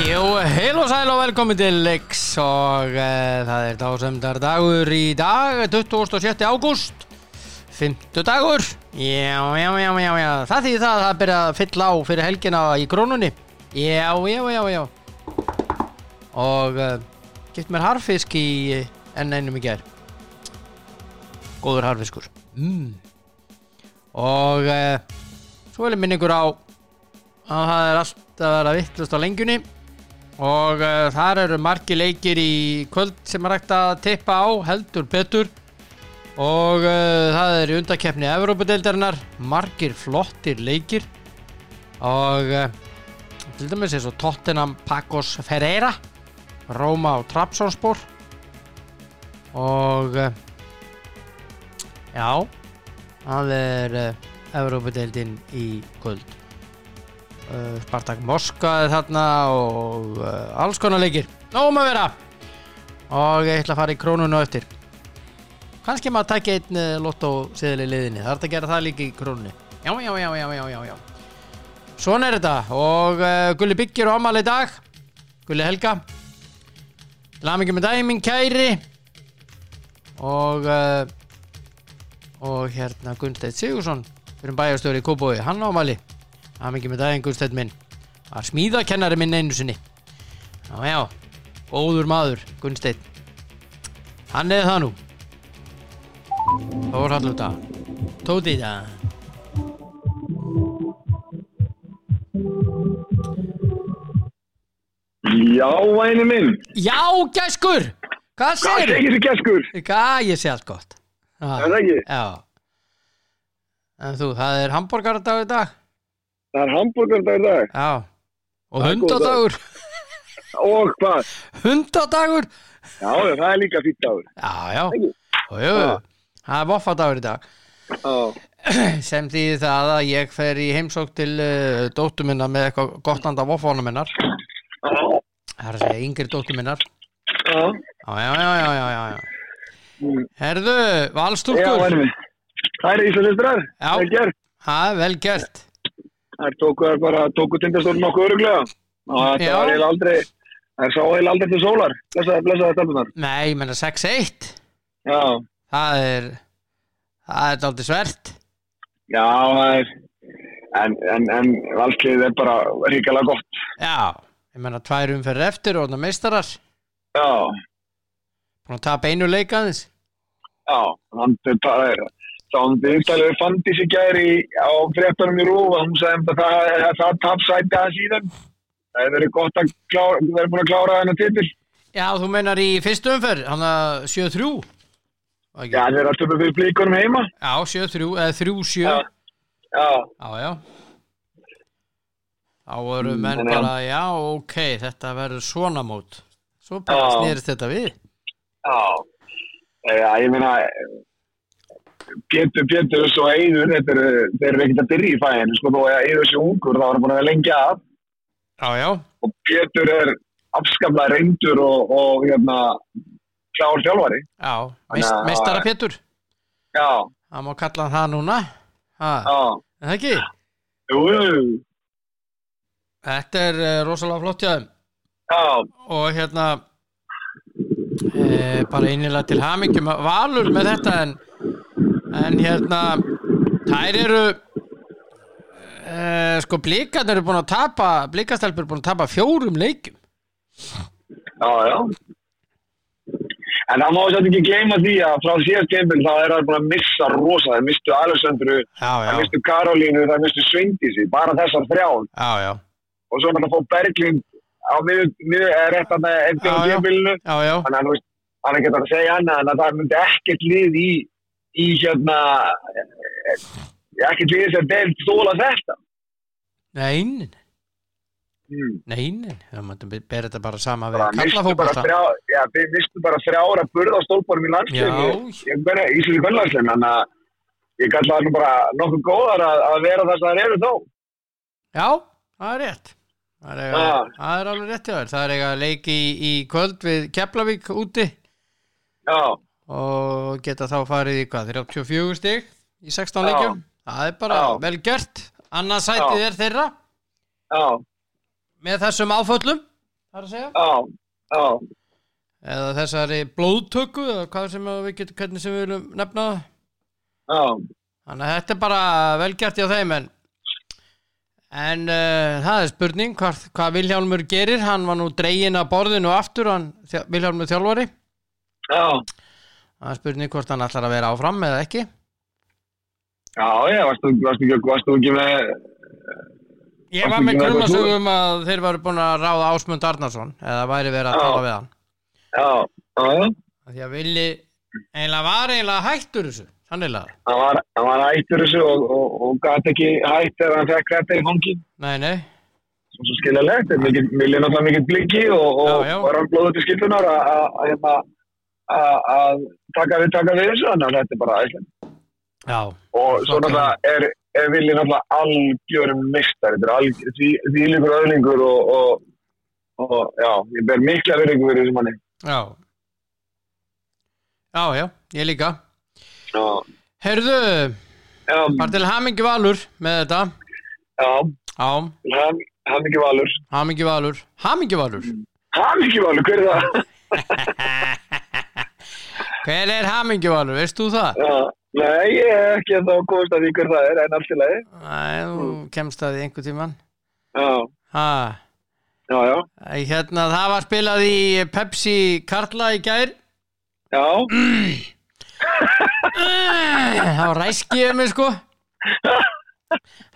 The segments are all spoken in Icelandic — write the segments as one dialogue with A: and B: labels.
A: Jú, heil og sæl og velkomin til leiks og e, það er dásöndar dagur í dag, 27. ágúst, 50 dagur, já, já, já, já, já, það þýðir það að það byrja að fylla á fyrir helgina í krónunni, já, já, já, já, og e, gift mér harfisk í eh, enn einum í gær, góður harfiskur, mm. og e, svo vil ég minna ykkur á að það er allt að vera vittlust á lengjunni og uh, þar eru margi leikir í kvöld sem er hægt að tippa á heldur betur og uh, það er í undakefni Evrópadeildarinnar, margir flottir leikir og uh, til dæmis eins og Tottenham Pacos Ferreira Róma og Trabzonspor og uh, já það er uh, Evrópadeildin í kvöld uh, Spartak Moskva er þarna og uh, alls konar leikir nóg um að vera og ég ætla að fara í krónunu á eftir kannski maður takja einn uh, lottó seðil í liðinni, það er hægt að gera það líka í krónunni já, já, já, já, já, já, já svona er þetta og uh, Gulli Byggir og Amal í dag Gulli Helga lamingi með daginn minn kæri og uh, og hérna Gunnsteit Sigursson fyrir bæjarstjóri í Kóbói, hann ámali Hamingi með daginn Gunnsteinn minn Var smíðakennari minn einu sinni Já já, góður maður Gunnsteinn Hann eða það nú Þór Halluta Tóti það
B: Já, væni minn,
A: Já, gæskur, hvað
B: hvað
A: segir
B: segir þið geskur?
A: Hvað, ég sé allt gott
B: Er það ekki?
A: Já En þú, það er hambúrgardag í dag
B: Það er hambúrgardagur í dag
A: Já Og
B: Það er góð dagur.
A: hundadagur
B: og hvað?
A: Hundadagur
B: Já, já, það er líka fýtt dagur.
A: Já, já
B: Ekki?
A: Og jú, það er voffadagur í dag
B: Já,
A: sem þýði það að ég fer í heimsók til uh, dóttu minna með eitthvað gott handa voffónu minnar
B: já,
A: það er að segja yngri dóttu minnar
B: já.
A: já, já, já, já, já, já, já.
B: Mm.
A: herðu,
B: Já,
A: valstúrkur
B: væni minn. Það er Íslandsistrar,
A: Já.
B: vel gert.
A: það er vel gert
B: Það tóku þær bara, tóku tindastórn nokkuð öruglega. Og
A: Já.
B: þetta var heil aldrei, það er sá heil aldrei til sólar. Blessaði, blessaði stelpunar.
A: nei, ég menna 6-1
B: Já,
A: það er það er aldrei svert
B: já, það er, en, en, en valklið er bara ríkala gott.
A: já, ég menna tvær umferð eftir og það meistarar
B: Já,
A: búin að tapa einu leikaðins
B: Já, hann það er Sáum viðtalið fandi sig gæri á fréttunum í rúf og hún sagði að það, það, það tapsæti að síðan. Það hefur verið gott að klára, við erum búin að klára þennan titil.
A: já, þú menar í fyrstu umferð hann að 7-3 Var ekki?
B: Já, þeir eru að töpu fyrir blíkunum heima.
A: já, 7-3 eða 3-7
B: Já, já,
A: Já, já Þá eru menn
B: Mm, þannig að-
A: bara, já, ok, þetta verður svona mót Svo bara
B: Já.
A: snýrist þetta við
B: já. Eh, Já, ég meina, Pétur, Pétur og Eður, þetta eru, þeir eru ekkert að byrja í fæðinu, sko, þó að Eður sé ungur, þá er hann búin að vera lengi að.
A: Já, já,
B: Og Pétur er afskaplega reyndur og, og hérna, klár þjálfari.
A: já, meist,
B: Þannig að-
A: meistara Pétur
B: Já,
A: Það má kalla hann það núna ha,
B: já.
A: En það ekki,
B: Jú, jú, jú.
A: þetta er eh, rosalega flott hjá þeim
B: Já,
A: Og hérna e, Bara einilega til hamingjum Valur með þetta en En hérna Þær eru e, Sko, blikarnir eru búin að tapa Blikastelpur eru búin að tapa fjórum leikjum
B: já, já. En það má þess að ekki gleyma því að frá síðast kemur þá er það búin að missa rosa. Það mistu Alessandru,
A: Já,
B: það mistu Karolínu, það mistu Svindísi, bara þessar þrján.
A: já, já,
B: Og svo er það að fá Berglind á miður rétt að það eftir á
A: Já, já.
B: kemurinu.
A: já, já,
B: Þannig að þú veist, hann er ekki að segja annað en að það myndi ekkert lið í, í hérna, ekkert lið sem delt stóla þetta.
A: nein,
B: Mm.
A: nein, það mættum við bera þetta bara sama við
B: bara mistu bara
A: kallafókbalta.
B: þrjá já, við mistu bara þrjára burða stólbórum í landsleinu
A: Já.
B: ég meina Íslands kvöldlandsleinu þannig að ég kalla það nú bara nokkuð góðar að, að vera það sem það eru þó
A: Já, það er rétt, það er, eiga,
B: Já.
A: það er alveg rétt hjá þér, það er eiga leiki í, í kvöld við Keflavík úti
B: já,
A: og geta þá farið í hvað, 34 stig í 16
B: Já.
A: leikjum, það er bara
B: Já.
A: vel gert, annars sætið
B: Já.
A: er þeirra
B: já,
A: með þessum áföllum, þar að segja
B: já, já,
A: eða þessari blóðtöku eða hvað sem að við getum, hvernig sem við viljum nefna það.
B: já,
A: þannig að þetta er bara velgjart hjá þeim en en uh, það er spurning hvað, hvað Vilhjálmur gerir, hann var nú dregin að borðinu aftur, hann, þjá- Vilhjálmur þjálfari
B: já,
A: það er spurning hvort hann ætlar að vera áfram eða ekki
B: já, já, varstu, varstu, ekki- varstu ekki með,
A: ég var með
B: Varstu ekki með eitthvað
A: grunasögum að þeir varu búin að ráða Ásmund Arnarsson eða væri verið að
B: Já.
A: tala við hann
B: já, já, já,
A: Af því að Vili eiginlega var eiginlega hættur þessu sannilega,
B: hann var, hann var hættur þessu og, og, og gæti ekki hætt ef hann fekk þetta í fangin.
A: nei nei
B: Svo svo skiljalegt, en mikið, mér lina það mikið blikki og, og,
A: Já, já.
B: og er hann blóðið til skiljunar að- að- að hérna, að- að taka við, taka við þessu, þannig að þetta er bara æsland.
A: já,
B: og svo
A: Ok.
B: náttúrulega er, er Vili náttúrulega algjörum mistar þetta er algjör, því, því líkur öðlingur og, og, og já, ég ber mikla verið fyrir þessum manni
A: já já, já, ég líka
B: já,
A: heyrðu,
B: já,
A: bara til hamingi valur með þetta
B: já
A: já,
B: hann, hann ekki valur
A: hamingi valur hamingi valur
B: hann ekki valur, hver er það?
A: hver er hamingi valur, veist þú það?
B: já, nei, ég er ekki að þá komast að því hver það er, en allt í lagi
A: nei, þú kemst að því einhver tíman
B: já,
A: ha,
B: já, já,
A: hérna, það var spilað í Pepsi Karla í gær
B: já
A: það var ræskið mig sko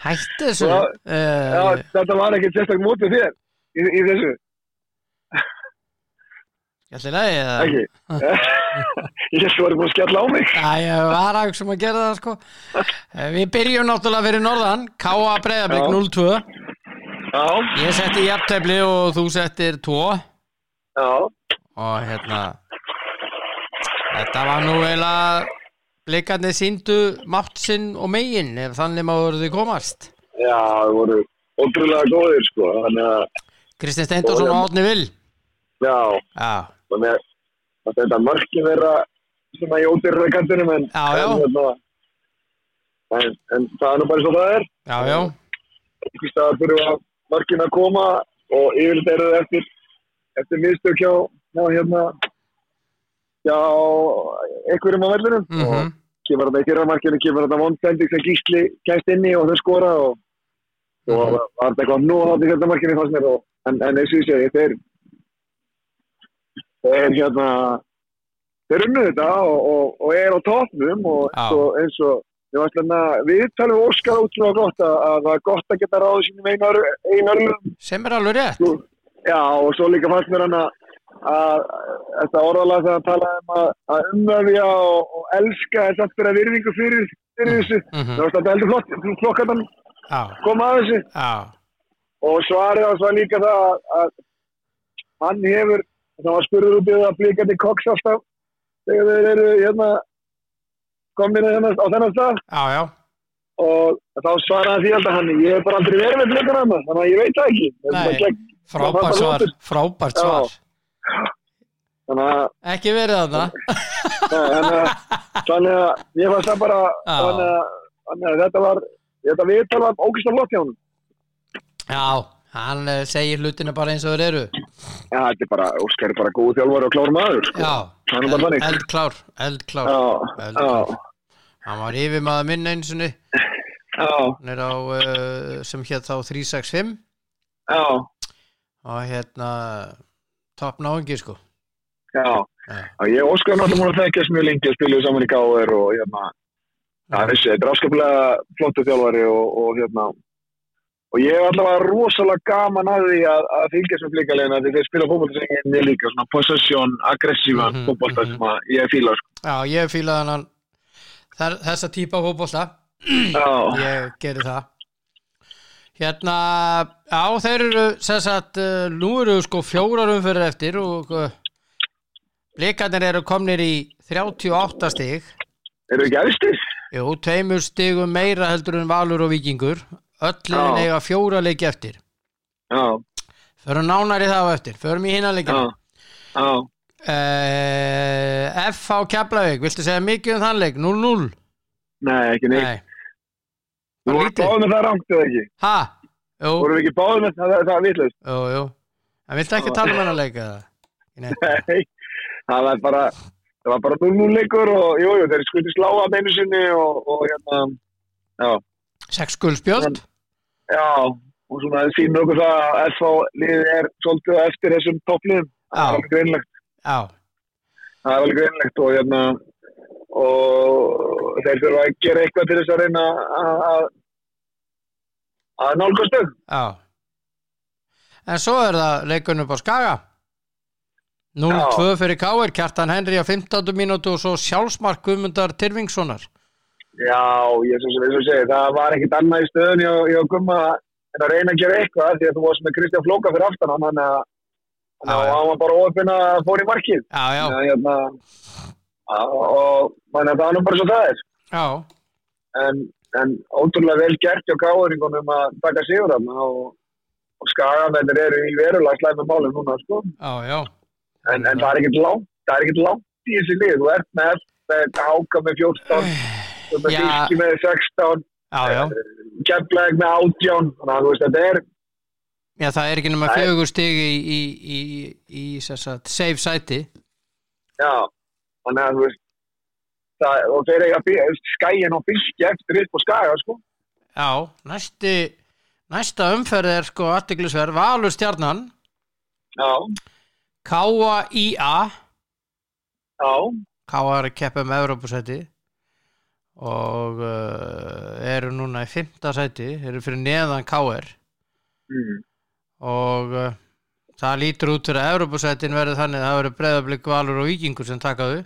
A: hættu þessu
B: Já,
A: Eh,
B: Já, þetta var ekki sérstak mótið þér í, í þessu,
A: ég ætla í lagi eða?
B: ekki? ég held þú verið búin að skella á mig.
A: Já, ég var að hugsa um að gera það sko Eh, Við byrjum náttúrulega fyrir norðan K.A. Breiðablik
B: Já.
A: 0-2
B: Já,
A: Ég setti jafntefli og þú settir 2 og
B: já,
A: hérna Þetta var nú eiginlega blikarnir síndu mátt sinn og megin ef þannig maður þið komast
B: já, það voru ótrúlega góðir, sko, þannig að
A: Kristinn Steindorsson og Átni Vil
B: Já,
A: Já,
B: þannig að- að þetta mörkin vera sem að ég ótir það kantinum en,
A: Já, já.
B: En, hérna, en, en það er nú bara svo það er
A: já, já,
B: einhvers staðar fyrir að mörkin að koma og yfirleitt eru það eftir eftir mistök hjá, hjá hérna hjá einhverjum á vellinum
A: mhm
B: og kemur þetta í fyrra markinu kemur þetta vondsendik sem gísli kæst inni og þau skora og og
A: Mhm.
B: var þetta eitthvað nú átt í fyrra markinu fannst mér og, en, en eins og ég segi þeir þeir hérna þeir unnu þetta og, og, og er á topnum og eins og, eins og ég var slenna, við talum við óskar útrúlega gott að, að það er gott að geta ráðið sínum einar, einar
A: Sem er alveg rétt
B: Nú, Já, og svo líka fannst mér hann að að þetta orðalega þegar hann talaði um að, að umöfja og, og elska þess aftur að virðingu fyrir, fyrir þessu.
A: mhm,
B: Það var þetta heldur flott, flokkann
A: Já,
B: kom að þessu
A: já,
B: og svarið hans var líka það að, að hann hefur, það var spurður út í það að blíkandi koks alltaf þegar þeir eru hérna komin hérna á þennan stað
A: já, já
B: og þá svaraði hann því alltaf hann, ég hef bara aldrei verið með blíkana hann, þannig að ég veit það ekki. Þetta er bara
A: Nei.
B: gegn-
A: Frábært svar, frábært svar
B: Þannig að
A: Ekki verið þarna
B: Nei, þannig að- þannig að ég fannst það bara
A: Já.
B: þannig að, þannig að þetta var þetta viðtal var ógist af flott hjá honum
A: Já, hann eh, segir hlutina bara eins og þeir eru
B: Já, þetta er bara, Óskar er bara góð þjálfari og klár maður sko.
A: Já,
B: Hann er bara
A: eld-
B: þannig.
A: eldklár, eldklár
B: Já,
A: Eld-
B: já,
A: Hann var yfirmaður minn eins og hann
B: já,
A: er á uh, sem hétt þá 365
B: já,
A: og hérna topp náingi sko
B: já
A: Já,
B: og ég og Óskar er náttúrulega múin að þekkjast mjög lengi að spila saman í gáður og hérna Já, þessi, þetta er afskaplega flottu þjálfari og, og hérna og ég er allavega rosalega gaman að því að, að fylgjast með blíkalegina því þeir spila fótbolta sem ég er líka svona possession, aggressívan mm
A: Mhm,
B: fótbolta
A: mhm.
B: sem að ég fíla sko.
A: Já ég fílaði hann þar, þessa típa fótbolta
B: Já,
A: ég geri það Hérna, já þeir eru sem sagt, eh, nú eru sko fjórar umferðar eftir og eh, blikarnir eru komnir í 38 stig
B: eru ekki efstir?
A: Jú, tveimur stigum meira heldur en Valur og Víkingur öll er
B: Já.
A: eiga fjóra leiki eftir
B: Já,
A: förum nánari það á eftir, förum í hinna leikina
B: já, já.
A: uh, F á Keflavík viltu segja mikið um þann leik, 0-0
B: Nei, ekki neitt.
A: Nei,
B: Þú
A: bara
B: voru
A: lítið
B: báðið með það rangt eða ekki?
A: Ha, jú,
B: Voru við ekki báðið með það, það, það vitlaust?
A: jú, jú En viltu ekki tala um hennar leik eða? Nei.
B: Nei, það var bara það var bara 0-0 leikur og jújú, jú, þeir skuti slá að einu sinni og, og hérna, já,
A: Sex guldspjöld?
B: já og svona það sýnir okkur það að FH liðið er svolítið á eftir þessum toppliðum það er
A: Já,
B: alveg greinlegt,
A: já,
B: það er alveg greinlegt og hérna og þeir þurfa að gera eitthvað til þess að reyna að- að að nálgastu
A: já. En svo er það leikunum á Skaga. 0-2 fyrir Káir, Kjartan Henry á 15. mínútu og svo sjálfsmark Guðmundar Tyrfingssonar.
B: já, ég svo sem eins og segi það var ekkit annað í stöðun ég, ég og Gumma en að reyna að gera eitthvað því að þú varst með Kristján Flóka fyrir aftan hann, hann, hann,
A: Já, já.
B: hann var bara ofinn að fór í markið
A: Já, já,
B: Þannig að, hérna, að- og þannig að það var nú bara svo það er
A: já,
B: en, en ótrúlega vel gert hjá káðuringunum að taka sigur hann og, og skagamennir eru í verulega slæmi málum núna sko.
A: já, já,
B: en, en það er ekkit langt það er ekkit langt í þessi lið þú ert með F- með háka með 14 þú ert með
A: Já.
B: fylki með 16
A: já, já.
B: kempleg með 18 þannig að þú veist þetta er
A: Já, það er ekki nema
B: Nei.
A: fjögur stig í, í, í, í, í sem sagt, safe sæti.
B: já, þannig að þú veist það, og þeir eiga bí- skæin og fylki eftir upp og skaga sko.
A: Já, næsti, næsta umferð er sko aðtiklisverð, Valur Stjarnan,
B: já,
A: K.A.I.A.
B: já
A: K.A. er að keppa um Evrópusæti og uh, eru núna í fymta sæti, eru fyrir neðan K.R.
B: Mm.
A: og uh, það lítur út fyrir að Evrópusætin verður þannig að það verður breyðablík Valur og Víkingur sem takaðu.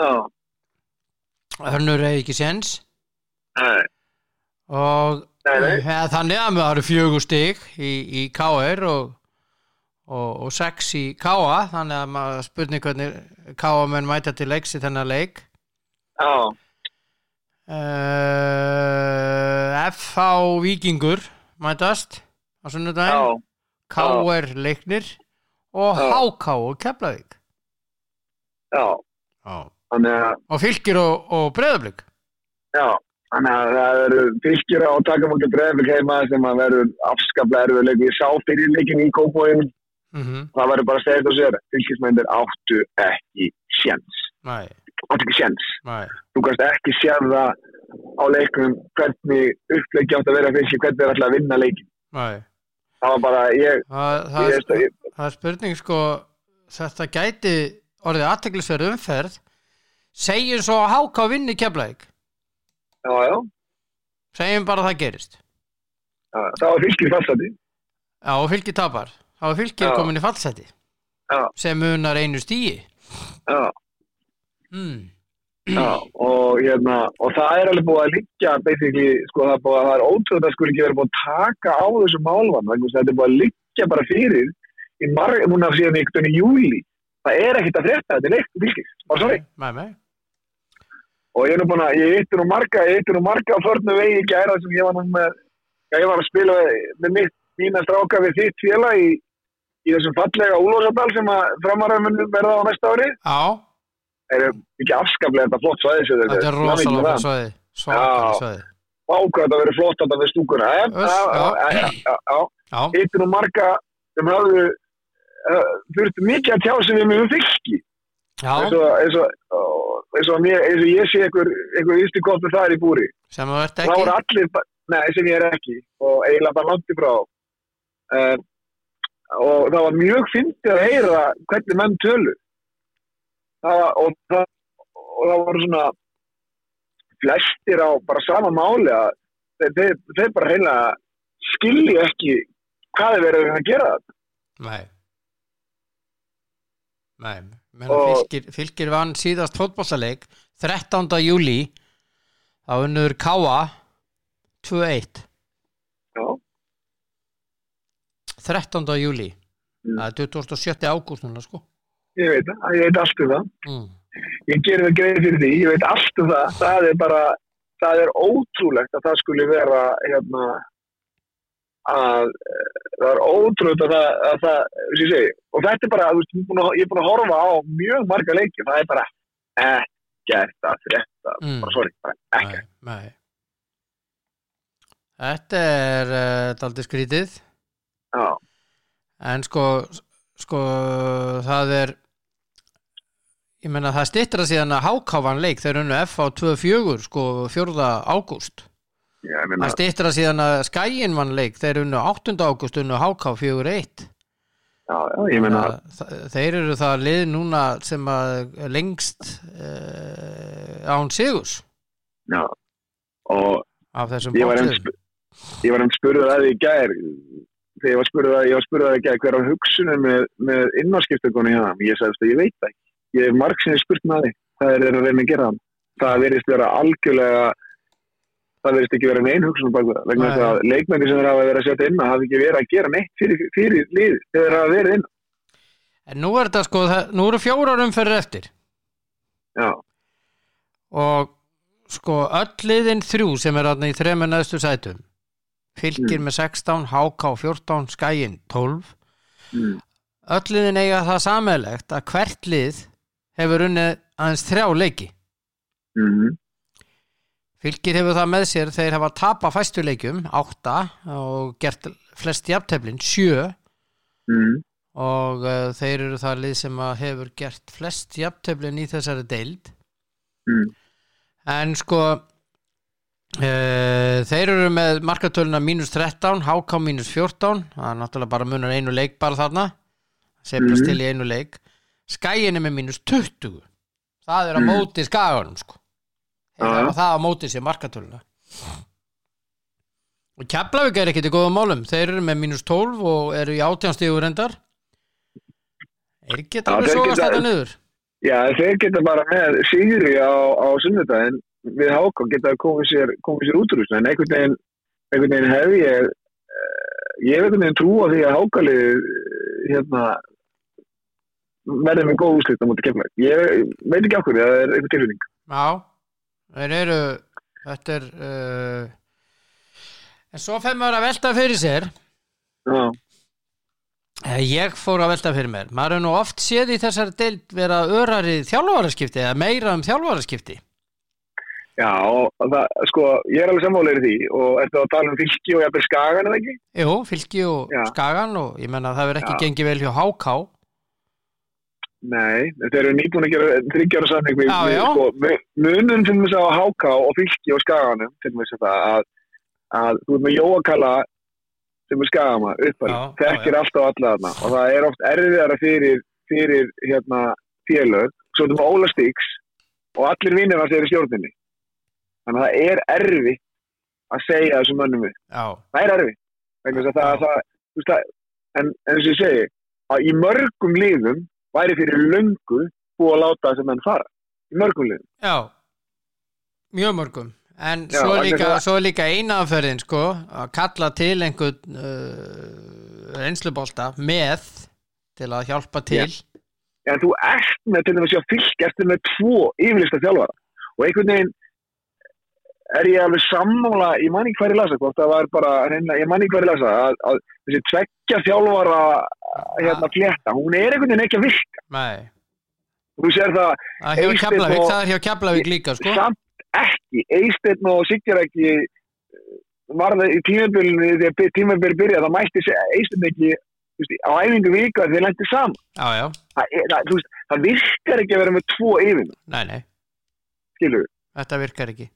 B: Já,
A: Önnur hefur ekki séns
B: nei,
A: og
B: Nei, nei.
A: Eða, þannig að það eru fjögur stig í, í K.R. og, og, og sex í K.A. þannig að maður spurning hvernig K.A. menn mæta til leiks í þennan leik
B: já,
A: uh, F.H. Víkingur mætast á sunnudaginn
B: já,
A: K.R. leiknir og
B: Já.
A: H.K. og Keflavík
B: já, þannig að,
A: og fylgir og, og breyðablík
B: já, þannig að það eru fylgjur á takamöndu breyðflik heima sem að verður afskaplega erfið leik. Ég sá fyrir leikin í kópóin,
A: mm
B: það verður bara að segja þetta sér, fylgjismændir áttu ekki sjens,
A: Næ,
B: áttu ekki sjens.
A: næ,
B: Þú kannst ekki séð það á leikum hvernig uppleiki átt að vera fylgjir, hvernig er alltaf að vinna leikin.
A: næ
B: Það var bara, ég,
A: Það, það,
B: ég,
A: er sko-
B: ég, ég
A: það er spurning sko þetta gæti orðið aðteglisverð umferð segjum svo að háká vinni keflaðik
B: já, já,
A: segjum bara að það gerist
B: já, það var fylgjir fastandi,
A: já og fylgir tapar þá er fylgir
B: Já.
A: komin í fallseti
B: Já.
A: sem munar einu stíi
B: já.
A: mm.
B: Já, og, hérna, og það er alveg búið að liggja basically, sko, það, er búið, það er ótrúð að skuli ekki verið búið að taka á þessu málvan vegna þess að þetta er búið að liggja bara fyrir í marg, núna síðan í einhvern júli það er ekkert að frétta, þetta er neitt fylgis, bara sorry,
A: með mig
B: og ég er nú búin að, ég eittir nú marga ég eittir nú marga á förnu vegi í gæra sem ég var nú með, já, ég var að spila með mitt, mína stráka við þitt félag í, í þessum fallega úlósadal sem að framaræðum verða á næsta ári
A: já,
B: er ekki afskaplega þetta flott svæðis
A: þetta er rosalega fyrir svoði svakalega
B: Já.
A: svoði
B: ákvæmt að vera flott að það við stúkuna en,
A: Öss,
B: já,
A: já.
B: já, já, já, já.
A: já,
B: hittir nú marga sem hafðu uh, þurft mikið að tjá sig við mig um fylki eins
A: já
B: og, eins og, ó, eins og, mér, eins og ég sé einhver, einhver ysti kottur þar í búri
A: sem þú ert
B: þá
A: ekki
B: eru allir, ba- nei sem ég er ekki og eiginlega bara langt í frá uh, og það var mjög fyndið að heyra hvernig menn tölu það var, og, það, og það voru svona flestir á bara sama máli að þeir, þeir, þeir bara heila skilji ekki hvað er verið að gera
A: nei nei, menn að
B: Og-
A: fylgir, fylgir vann síðast fótbollaleik 13. júli þá unnur Káa 2-1
B: já,
A: 13. júli
B: Mm.
A: það er 27. ágúst núna sko
B: ég veit það, ég veit allt um það
A: mm.
B: ég gerir það greið fyrir því, ég veit allt um það það er bara, það er ótrúlegt að það skuli vera hérna að eh, það er ótrúlegt að það, að það sem ég segi, og þetta er bara þú veist, ég er búin að- ég er búin að horfa á mjög marga leiki það er bara ekkert að frétta,
A: Mm.
B: bara sorry, bara ekkert
A: nei, nei. eh, þetta er uh, daldið skrítið
B: já,
A: en sko, sko það er ég meina það stittra síðan að hákáfan leik þeir unnu FH 24 sko 4. ágúst
B: Ég meina,
A: það stittra síðan að skæin vann leik þeir unnu 8. ágúst unnu háká 4-1
B: já, já, ég meina,
A: Þa- þa- þeir eru það lið núna sem að lengst uh, án sigurs
B: já. Og
A: af þessum
B: ég var einn
A: bótið
B: ég var einn spurður að því í gær þegar ég var spurður að, ég var spurður að því í gær hver á hugsunum með, með innvarskiptökunni hjá hann, ég sagðist að ég veit það ekki ég hef marg sinni spurt með því það er þeirra að reyna að gera hann það verðist vera algjörlega það verðist ekki vera neinn hugsunum bak við það vegna
A: Nei.
B: þess að leikmenni sem þeir hafa verið að setja inn hafa ekki verið að gera neitt fyrir, fyrir lið þegar þeir hafa verið inn
A: en nú er þetta sko, það, nú eru fjórar umferðir eftir
B: já,
A: og sko öll liðin þrjú sem er aðna í þremur neðstu sætum fylgir með 16, HK 14, Skæin 12
B: mm.
A: öll liðin eiga það sammeðlegt að hvert lið hefur unnið aðeins þrjá leiki
B: Mm.
A: Fylgir hefur það með sér þeir hafa tapa fæstu leikjum 8 og gert flest jafnteflin 7
B: Mm.
A: og uh, þeir eru það lið sem að hefur gert flest jafnteflin í þessari deild
B: Mm.
A: en sko uh, þeir eru með markatöluna mínus 13, HK mínus 14 það er náttúrulega bara munar einu leik bara þarna sefnast
B: Mhm.
A: til í einu leik skæin er með mínus 20 það er að
B: Mhm.
A: móti skaganum sko Þeir
B: Já, já.
A: hafa það að móti sér markatöluna og Keflavík er ekkit í góðum málum þeir eru með mínus 12 og eru í átjánstíður reyndar er ekki
B: Já,
A: þetta alveg
B: þeir
A: sogast
B: geta-
A: þetta niður
B: já, þeir geta bara með sigri á, á sunnudaginn við háka geta komið sér, komið sér útrúst en einhvern veginn einhvern veginn hef ég eh, ég hef einhvern veginn trú á því að hákalið hérna verði með góð úslit á móti kemla ég veit ekki okkur, það er einhvern tilfinning
A: Já, þeir eru þetta er uh, en svo fer maður að velta fyrir sér
B: já,
A: Eh, ég fór að velta fyrir mér maður er nú oft séð í þessar deild vera örari þjálfaraskipti eða meira um þjálfaraskipti
B: já og það, sko, ég er alveg sammálegur í því og ertu að tala um fylki og jafnir skagan eða ekki?
A: Jú, fylki og
B: Já.
A: skagan og ég menna það verður ekki
B: Já.
A: gengið vel hjá háká
B: Nei, þeir eru nýbúin að gera þryggjára samning við,
A: Já,
B: við,
A: já.
B: sko, við munum til þess að háká og fylki og skaganum til þess að, að, að þú ert með jóakala sem er skagama uppal,
A: Já, já,
B: þekkir alltaf alla þarna og það er oft erfiðara fyrir, fyrir hérna félög svo erum við Óla Stíks og allir vinnir hans eru í stjórninni þannig að það er erfitt að segja þessum mönnum við
A: Já,
B: það er erfitt vegna þess að það,
A: Já.
B: það, þú veist, það en, en eins og ég segi að í mörgum liðum væri fyrir löngu búið að láta þess að menn fara í mörgum liðum
A: já mjög mörgum en
B: Já,
A: svo,
B: en
A: líka,
B: þetta-
A: svo er líka einaðferðin sko að kalla til einhvern uh, reynslubolta með til að hjálpa til
B: en þú ert með til dæmis að fylgja eftir með tvo yfirlista þjálfara og einhvern veginn er ég alveg sammála, ég man ekki hverju lasa hvort það var bara, reyna, ég man ekki hverju lasa að, að þessi tveggja þjálfara hérna flétta, hún er einhvern veginn ekki að virka,
A: Nei,
B: þú sér það
A: það er hjá
B: Eysteinn
A: Keflavík,
B: og-
A: það er hjá Keflavík líka sko.
B: samt ekki Eisteinn og Sigjarækki var það í tímabilinu þegar tímabilinu byrjaði, það mætti Eisteinn ekki þú veist, á æfingu vika þegar þeir lendi saman
A: Já, já,
B: það, er- það, þú veist, það virkar ekki að vera með tvo yfir
A: nei, nei,
B: skilur við,
A: þetta virkar ekki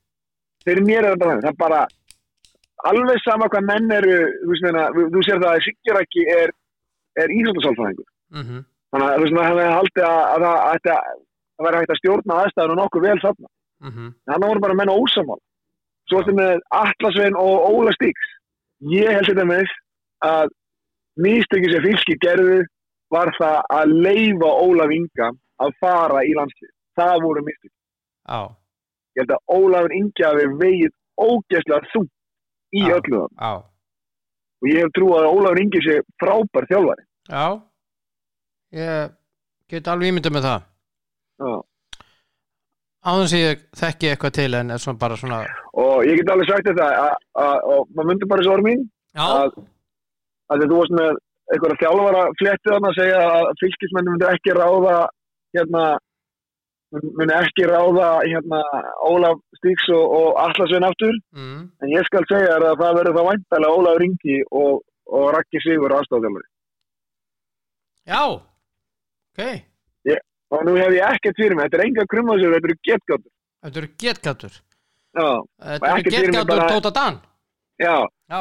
B: fyrir mér er þetta þannig það er bara alveg sama hvað menn eru þú, veist, meina, þú- þú sér það að Sigjarækki er, er íþjóttasálfræðingur
A: mm
B: þannig að þú veist, það hefði haldið að, að, að, að, að, að vera hægt að stjórna aðstæðunum nokkuð vel þarna
A: mhm.
B: þannig voru bara menn ósamál svo ertu með Atlasvein og Óla Stíks ég held þetta með að místöki sem fylki gerðu var það að leifa Óla Vinga að fara í landslið það voru místöki,
A: Já,
B: ég held að Ólafur Inga hafi vegið ógeðslega þú í
A: Já.
B: öllu það
A: já,
B: og ég hef trú að Ólafur Ingi sé frábær þjálfari
A: já Ég get alveg ímyndað með það
B: Já.
A: Áðan sem ég þekki eitthvað til en er svona bara svona
B: og ég get alveg sagt þetta að- að- og maður myndi bara þessu orð mín
A: Já,
B: að, að því þú varst með einhverja þjálfara fléttið hann að segja að fylgismenn myndi ekki ráða hérna myndi ekki ráða hérna Ólaf Stíks og, og Atlasvein aftur
A: mm,
B: en ég skal segja þér að það verður þá væntalega Ólaf Ringi og, og Raggi Sigur aðstofþjálfari
A: Já, ok.
B: og nú hef ég ekkert fyrir mig, þetta er enga krummasögur, þetta eru getgátur
A: Þetta eru getgátur.
B: já,
A: Þetta
B: Ekki
A: eru
B: fyrir mig
A: getgátur
B: bara-
A: Tóta Dan.
B: já,
A: Já,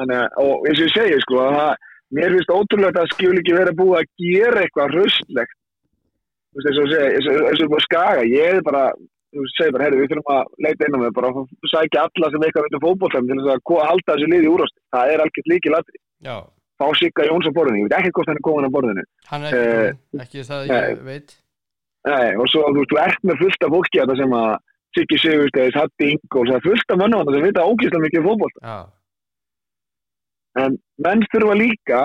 B: þannig að, og eins og ég segi sko, að það, mér finnst ótrúlegt að skjúli ekki verið að búa að gera eitthvað hrauslegt þú veist, eins og ég segi, eins og- eins og búið að skaga ég er bara, þú veist, segi bara, herri, við þurfum að leita inn á mig, bara að sækja alla sem eitthvað veitum fótbollum til þess að ko- halda þessu liði úr það er algjört líki latri
A: já.
B: fá Sigga Jóns á borðinu, ég veit ekki hvort hann er komin á borðinu
A: Hann er ekki,
B: Eh,
A: kominn, ekki það ég veit.
B: Nei, og svo, þú veist, þú ert með fullt af fólki þetta sem að Siggi Sigursteins, Hatti Ingóls, það er fullt af mönnum þarna sem vita ógeðslega mikið um fótboll.
A: Já,
B: En menn þurfa líka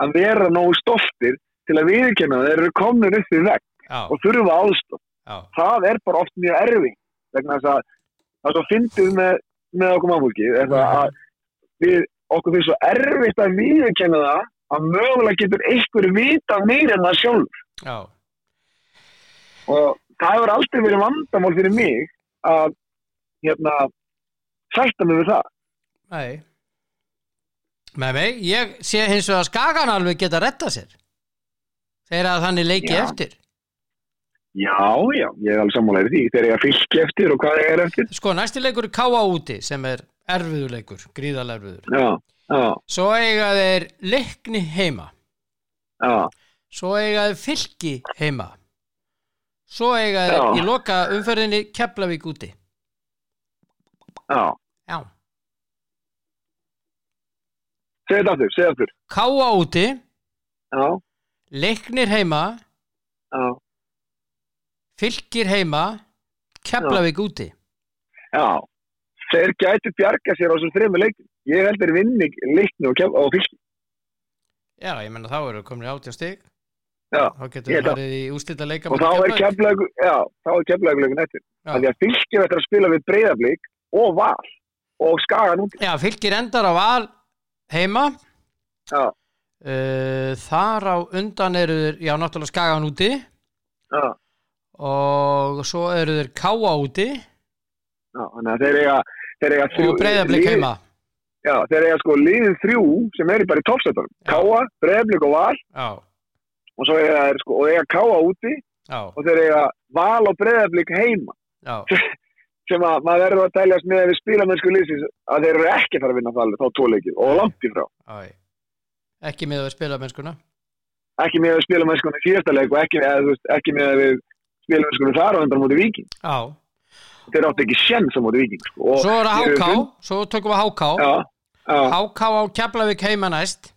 B: að vera nógu stoltir til að viðkynna að þeir eru komnir upp í vekk
A: já,
B: og þurfa aðstof.
A: já,
B: Það er bara oft mjög erfi vegna þess að það er svo fyndið með, með okkur mannfólki er það að við, okkur finnst svo erfitt að viðkynna það að mögulega getur einhver vita meira en það sjálf.
A: já,
B: og það hefur aldrei verið vandamál fyrir mig að hérna sætta mig við það
A: nei. Með mig, ég sé hins vegar að skagan alveg geta retta sér. Þegar að þannig leiki
B: Já.
A: eftir.
B: já, já, ég er alveg sammálaðið því þegar ég er fylgja eftir og hvað ég er eftir
A: Sko, næsti leikur er K.A. úti sem er erfiður leikur, gríðalerfiður.
B: já, já,
A: Svo eiga þeir leikni heima.
B: já,
A: Svo eiga þeir fylki heima. Svo eiga þeir
B: Já.
A: í loka umferðinni Keflavík úti.
B: já
A: Já.
B: segð þetta aftur, segð aftur
A: K.A. úti,
B: já,
A: leiknir heima,
B: já,
A: fylkir heima, Keflavík úti.
B: já þeir gætu bjarga sér á þessum þrejum leikin ég held þeir vinni leikni og, kef- og fylgji
A: Já, ég menna þá eru komin í átján stig.
B: Já,
A: Þá getur
B: ég
A: við
B: veit það.
A: farið í úslita leika.
B: og þá er keflaug já, þá er keflaugleikin eftir
A: Já.
B: af því að fylgja eftir að spila við breyðablík og val og skagan út
A: Já, fylkir endar á val heima.
B: já,
A: Uh, þar á undan eru þeir, já, náttúrulega skagan úti.
B: já
A: og svo eru þeir káa úti
B: Já, þannig að þeir eiga, þeir eiga
A: og breyðablik
B: lið-
A: heima
B: Já, þeir eiga sko liðin þrjú sem eru bara í toppsættunum.
A: Já.
B: Káa, breyðablik og val
A: já,
B: og svo eiga þeir sko, og eiga káa úti
A: já,
B: og þeir eiga val og breyðablik heima
A: já,
B: sem að maður verður að teljast með við spilamennsku liðsins að þeir eru ekki að fara að vinna það þá tóleikið og langt í frá.
A: já ekki með að spila mennskuna
B: Ekki með við spilamennskunum í síðasta leik og ekki, eða, þú veist, ekki með við spilamennskunum þar á undan móti viking.
A: já,
B: Þeir áttu ekki sjens á móti viking sko. Og
A: svo er það
B: þeir
A: háká
B: fund-
A: svo tökum við háká
B: Já, já,
A: háká á Keflavík heima næst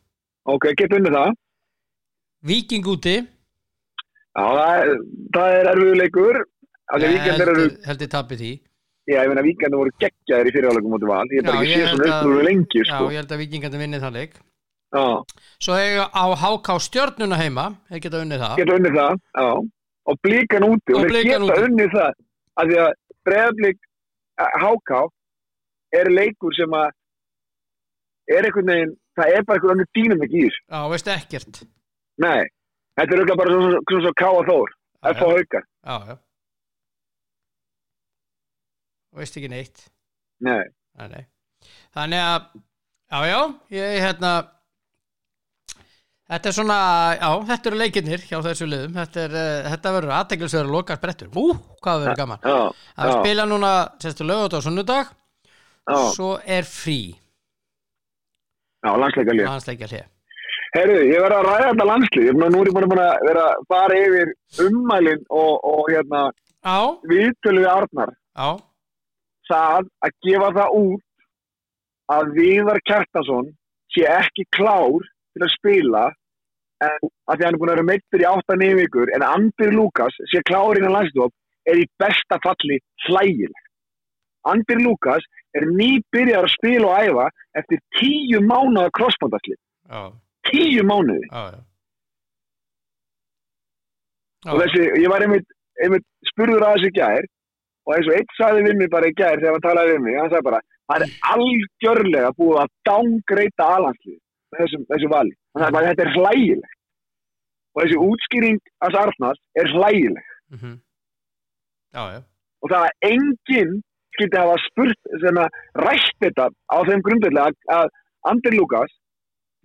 B: ok, getur unnið það.
A: viking úti
B: Já, það er, það er erfiðuleikur. Það er vikend eru
A: heldur heldur tapir því
B: Já, ég meina víkjandi voru geggjaðir í fyrirháleikum mútið val. Ég hef bara
A: Já,
B: ekki
A: ég
B: séð
A: held
B: svona
A: að-
B: uppnúru lengi,
A: já,
B: sko.
A: ég held að vikingandi vinni það leik
B: Já,
A: svo eiga á háká stjörnuna heima þeir geta unnið það
B: geta unnið það, já. Og blíkan úti,
A: Og
B: og þeir
A: Blikan
B: geta
A: úti.
B: unnið það. Af því að breyðablík háká er leikur sem að er einhvern veginn, það er bara einhvern veginn dýnum ekki í þessu.
A: já, veist ekkert
B: Nei, þetta er auðvitað bara svona svona svo ká að þór,
A: já,
B: F á
A: já,
B: hauka.
A: já. veist ekki neitt
B: Nei,
A: Nei, nei. Þannig að, já, já, ég, hérna, þetta er svona, já, þetta eru leikinnir hjá þessu liðum, þetta, er, uh, þetta verður aðteglisverður lokar brettur, ú, hvað verður gaman.
B: já,
A: Það er
B: já.
A: spila núna, sérstu lögut á sunnudag,
B: já,
A: svo er frí,
B: já, landsleika lið.
A: landsleikja hlið.
B: Herru, ég verði að ræða þetta landslið. Ég meina, nú er ég búin að- búin að vera að fara yfir ummælinn og, og hérna,
A: Já,
B: viðtölu við Arnar
A: já,
B: það að gefa það út að Viðar Kjartason sé ekki klár til að spila en að því hann er búin að vera meittur í áttan yfir en Andir Lukas sé klár innan landslóp er í besta falli hlægilegt. Andir Lukas er nýbyrjar að spila og æfa eftir tíu mánuða krossbóndasli.
A: já,
B: Tíu mánuði.
A: já, já. Já,
B: Og þessi, ég var einmitt, einmitt spurður að þessu í gær og eins og eitt sagði við mig bara í gær þegar hann talaði við mig, hann sagði bara hann er algjörlega búið að dángreita alhanslið með þessu, þessu vali hann sagði bara þetta er hlægilegt og þessi útskýring hans Arnars er hlægileg
A: mhm. já, já,
B: og það að enginn skildi hafa spurt sem að rætt þetta á þeim grundvelli að, að Andri Lukas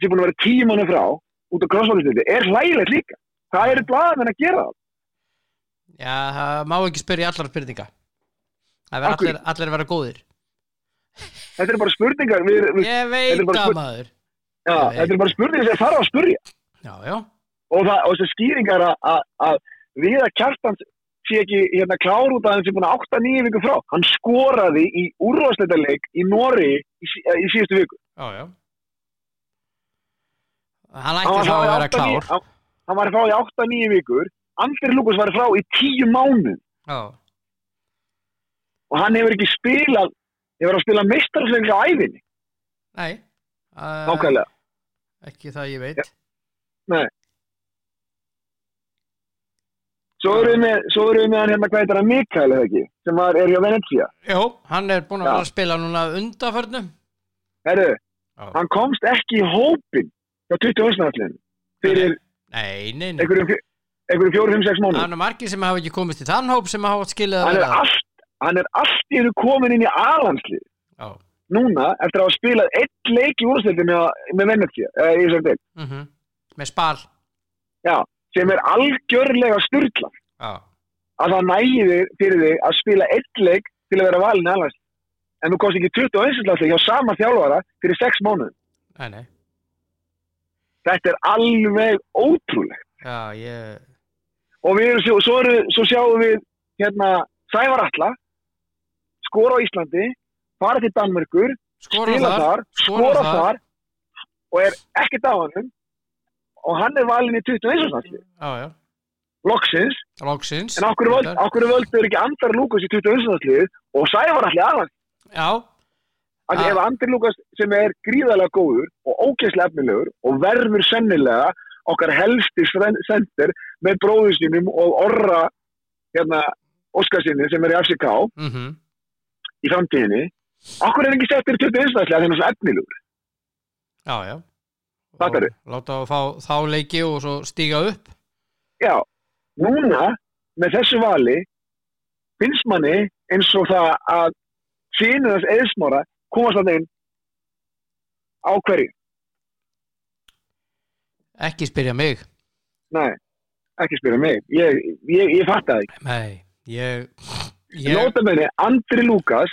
B: sem búin að vera tíu mánu frá út af krossvöldinni er hlægilegt líka. Hvað eru blaðamenn að gera það?
A: Já, það má ekki spyrja allar spurninga. Það verða
B: Af hverju?
A: allir, allir að vera góðir.
B: Þetta eru bara spurningar, við, við,
A: Ég
B: Þetta
A: veit
B: er bara
A: það
B: spurning-
A: maður.
B: já, þetta eru bara spurningar sem þarf að spurja.
A: Já, já.
B: Og, það, og þessi skýringar að- að að við að kjartans sé ekki hérna klár út af hann sem búin að 8-9 viku frá. Hann skoraði í úrvarsleitaleik í Nóri í, sí- eh, í síðustu viku.
A: Já, já. Hann
B: Hann
A: ætti
B: var
A: þá
B: frá
A: að
B: í
A: vera
B: 8-9
A: klár.
B: hann- hann var frá í 8-9 vikur. Andri Lukas var frá í 10 mánuð.
A: Já,
B: og hann hefur ekki spilað hefur að spila meistarflengi á æfinni
A: nei. Uh,
B: nákvæmlega,
A: Ekki það ég veit.
B: nei svo erum við með svo erum við með hann hérna hvað heitir hann Mikael eða ekki, sem var, er hjá Venecia
A: Jó, hann er búin að
B: Já.
A: vera að spila núna undarförnum.
B: herru,
A: Já.
B: hann komst ekki í hópin hjá 20 önsnaflin fyrir
A: Nei, nei, nei.
B: einhverjum fjó- einhverjum 4-5-6 mánu
A: Hann er margir sem hafa ekki komist í þann hóp sem hafa skilið að
B: hann er
A: vera.
B: allt hann er allt í hennu komin inn í alanslið
A: Já.
B: núna eftir að hafa spilað eitt leik í úrstildi með, með Venecia eh, í þessari deild.
A: Mm Með spal.
B: Já, sem er algjörlega styrla
A: Já.
B: að það nægi þig fyrir þig að spila eitt leik til að vera valin alveg en þú komst ekki 21. landsleik hjá sama þjálfara fyrir 6 mánuðum.
A: Nei, nei.
B: Þetta er alveg ótrúlegt.
A: Já, ég...
B: Og við erum, svo- svo, eru, svo sjáum við hérna Sævar Alla skora á Íslandi, fara til Danmörkur
A: Skora
B: spila
A: þar,
B: þar,
A: skora
B: skora
A: þar.
B: þar og er ekki dáanum og hann er valin í 21. landsleik
A: Já, já.
B: loksins,
A: Lóksins.
B: en okkur völd, okkur völdur ekki andar Lukas í 21. landsleik og Sævar Alla alveg
A: Já,
B: Af því
A: Ah.
B: ef Andri Lukas sem er gríðarlega góður og ógeðslega efnilegur og verður sennilega okkar helsti sendir með bróður sínum og orra hérna Óskarsinni sem er í FCK
A: mhm.
B: í framtíðinni okkur er ekki settir 20 einstaklega þannig að efnilegur
A: Já, já.
B: Fattarðu?
A: Og Láta að fá þá leiki og svo stíga upp.
B: já, núna með þessu vali finnst manni eins og það að sínur þess eðsmára komast að þeim á hverju,
A: Ekki spyrja mig.
B: nei ekki spyrja mig, ég, ég, ég fatt það ekki
A: Nei, ég...
B: Ég...
A: Ég,
B: Nótamenni, Andri Lúkas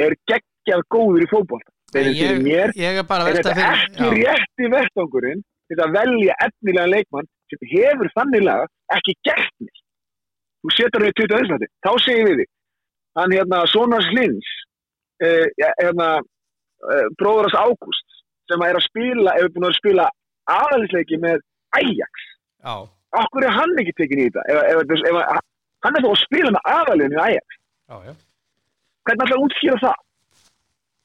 B: er geggjað góður í fótboll. Þegar fyrir
A: ég,
B: mér
A: ég er bara að
B: er
A: velta
B: þetta
A: fyrir...
B: ekki rétti verðangurinn til að velja efnilega leikmann sem hefur þanniglega ekki gert neitt. Þú setur hann í 20 öðsnætti. Þá segir við því, hann hérna Sónars Lins, eh, ja, hérna eh, bróðuras Ágúst, sem er að spila, hefur búin að spila aðalinsleiki með Ajax.
A: Já,
B: Akkur er hann ekki tekin í þetta? Ef, ef, ef, ef, hann er þá að spila með aðalinn í Ajax
A: já, já.
B: hvernig ætlar að útskýra það?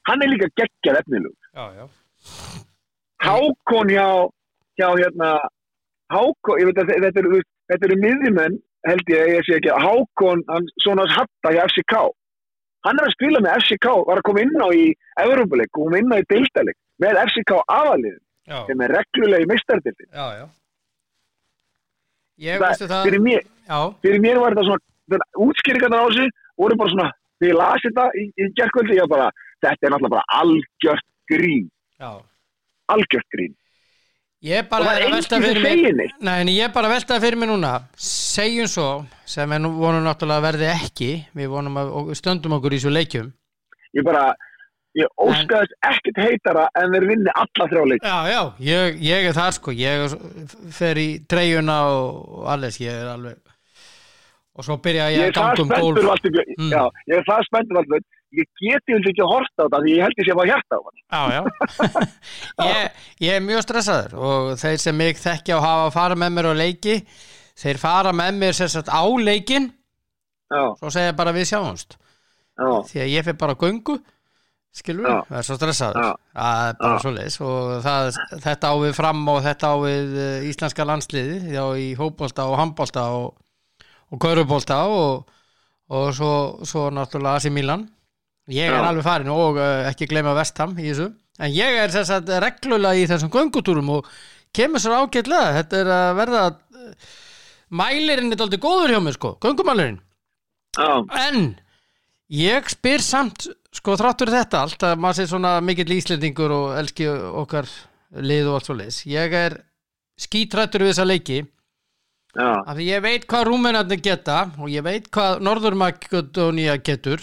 B: Hann er líka geggjað efnilug.
A: Já, já.
B: Hákon hjá, hjá hérna, Hákon, ég veit að þe- þetta eru, þetta eru miðjumenn, held ég, ég sé ekki, Hákon, hann svona hans hatta hjá FCK. Hann er að spila með FCK, var að koma inn á í Evrópuleik, kom inn á í Dildaleg, með FCK aðalið,
A: Já,
B: sem er reglulegi meistardildi.
A: já, já. Ég
B: Það-
A: veistu það...
B: Fyrir mér,
A: Já,
B: fyrir mér var þetta svona, þetta útskýringarnar á þessu voru bara svona, þegar ég lasi þetta í, í gerkvöldi, ég var bara, þetta er náttúrulega bara algjört grín,
A: já.
B: algjört grín.
A: Ég er
B: og
A: bara
B: það er
A: að velta
B: enginn sem
A: fyrir
B: segir
A: mér...
B: neitt.
A: Nei, en ég er bara að velta fyrir mér núna. Segjum svo, sem við vonum náttúrulega að verði ekki, við vonum að og stöndum okkur í svo leikjum.
B: ég bara ég óskaðist ekkert heitara en þeir vinni alla þrjá leik
A: Já, já, ég, ég er þar sko ég er, s- fer í treyjuna og og alles, ég er alveg og svo byrja
B: ég
A: ég að
B: er það
A: ganga um gólf
B: spenntur alltaf
A: Mm.
B: já, ég er það spenntur alltaf ég geti hundið ekki að horta á þetta því ég held ég sé bara hjarta á hann
A: Já, já ég, ég er mjög stressaður og þeir sem mig þekkja og hafa að fara með mér á leiki þeir fara með mér sem sagt á leikin
B: já,
A: svo segja bara við sjáumst
B: já,
A: því að ég fer bara að göngu skilur
B: Já.
A: við, það er svo stressaður
B: Já.
A: það er bara
B: Já.
A: svoleiðis og það, þetta á við fram og þetta á við eh, íslenska landsliði já, í hópbólta og handbólta og, og kaurubólta og, og svo, svo náttúrulega Asi Milan ég er
B: Já.
A: alveg farin og eh, ekki gleyma Vestham í þessu en ég er sem sagt reglulega í þessum göngutúrum og kemur svo ágætlega þetta er að verða eh, mælirinn er aldrei góður hjá mér sko göngumælirinn
B: já,
A: En ég spyr samt sko þráttur þetta allt að maður sé svona mikill íslendingur og elski okkar lið og allt svo leis ég er skítrættur við þessa leiki
B: já,
A: af því ég veit hvað rúmenarnir geta og ég veit hvað Norður-Makedónia getur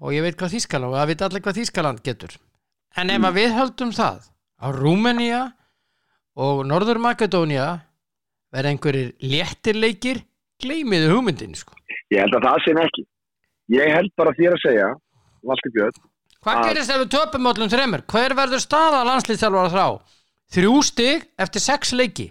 A: og ég veit hvað Þískaland og það veit allir hvað Þískaland getur en ef að við höldum það að Rúmenia og Norður-Makedónia verða einhverjir léttir leikir gleymiðu hugmyndin sko.
B: ég held að það sé nú ekki ég held bara þér að segja Valdi Björn,
A: hvað
B: Að-
A: gerist ef við töpum öllum þremur hver verður staða landslýstjálfara þrá þrjú stig eftir sex leiki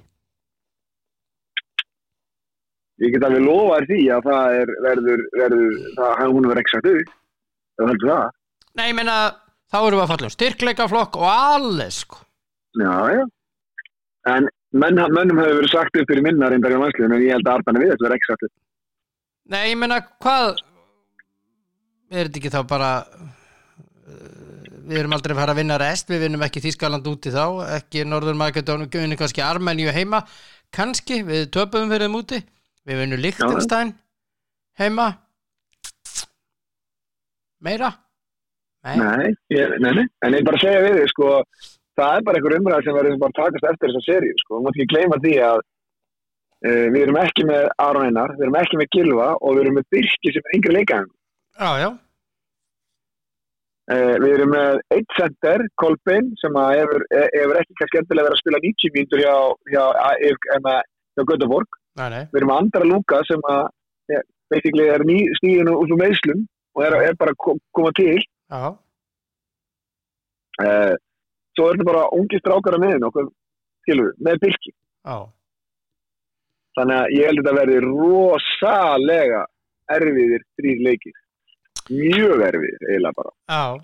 B: ég get alveg lofa þér því að það er, verður, verður það, hann- hún verður ekki sagt upp ef þú heldur það,
A: nei, ég meina þá erum við að falla um styrkleikaflokk og alles sko.
B: já, já en menn, mönnum hefur verið sagt upp fyrir minna reyndar í landsliðinu en ég held að Arnarni við þetta verður ekki sagt upp
A: Nei, ég meina, hvað er þetta ekki þá bara uh, við erum aldrei að fara að vinna rest við vinnum ekki Þískaland úti þá ekki Norður Makedónu, við vinnum kannski Armeníu heima kannski, við töpum fyrir þeim úti við vinnum Lichtenstein heima meira Nei,
B: Nei, ég, nei, nei, en ég bara segja við þig, sko, það er bara einhver umræð sem verður bara að takast eftir þessa seríu, sko, við mátt ekki gleyma því að uh, við erum ekki með Aron Einar, við erum ekki með Gilva og við erum með Birki sem er yngri leikaðan.
A: já, já
B: Uh, við erum með eitt center, Kolbein, sem að hefur, eh, hefur ekki kannski endilega verið að spila 90 mínútur hjá, hjá, hjá, hjá, hjá Göteborg.
A: Nei, nei,
B: Við erum með Andra Lúka sem að, eh, basically, er ný stíðin úr úr meðslum og er, er bara að ko- koma til.
A: já
B: Eh, svo er þetta bara ungi strákar að miðin okkur, skilur, með bylki
A: Já,
B: þannig að ég held að þetta verði rosalega erfiðir þrýr leikir mjög erfiðir eiginlega bara
A: já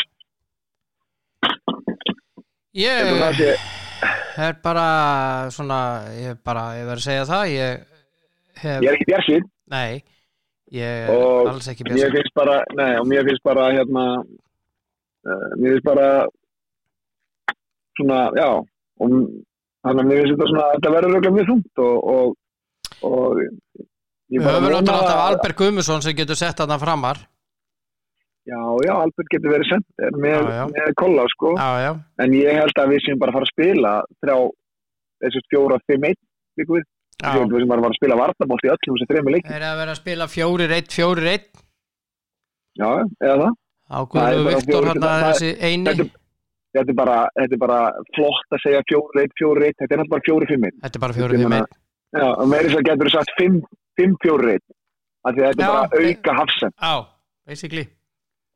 B: Ég held að það
A: Ég
B: sé,
A: er bara svona, ég er bara, ég verður að segja það ég hef
B: ég er ekki bjarsin
A: Nei, ég er
B: Og
A: alls ekki
B: mér
A: björn
B: finnst bara, nei, og mér finnst bara hérna uh, mér finnst bara svona, já og þannig að mér finnst þetta svona þetta verður auðvitað mjög þungt og, og, og
A: Við
B: ég
A: höfum
B: vona
A: náttúrulega alltaf
B: að-
A: Albert Guðmusson sem getur sett hann framar
B: Já, já, Albert getur verið sendir með,
A: Já, já.
B: með kolla, sko.
A: Já, já,
B: En ég held að við séum bara að fara að spila þrjá, þessu fjóra, fimm, einn, líku við.
A: já
B: Ég held að Við séum bara að fara að spila vartabótt í öllum þessu þrejum leikin.
A: Þeir eru að vera að spila fjórir eitt, fjórir eitt
B: Já, eða það. Það er
A: Ágúður
B: bara
A: Viktor
B: fjórir-
A: hann að
B: það-
A: þessi eini
B: Þetta, þetta, er bara, þetta er bara flott að segja fjóra, einn, fjóra, einn. Þetta er náttúrulega bara fjóra, fimm, einn.
A: Þetta er bara fjórir
B: Ég
A: fimm
B: meina,
A: eitt
B: Já, og meiri þess að getur þú sagt fimm, fimm, fjóra, einn. Af því að þetta
A: Já,
B: er bara
A: nei.
B: auka hafsend.
A: Já, basically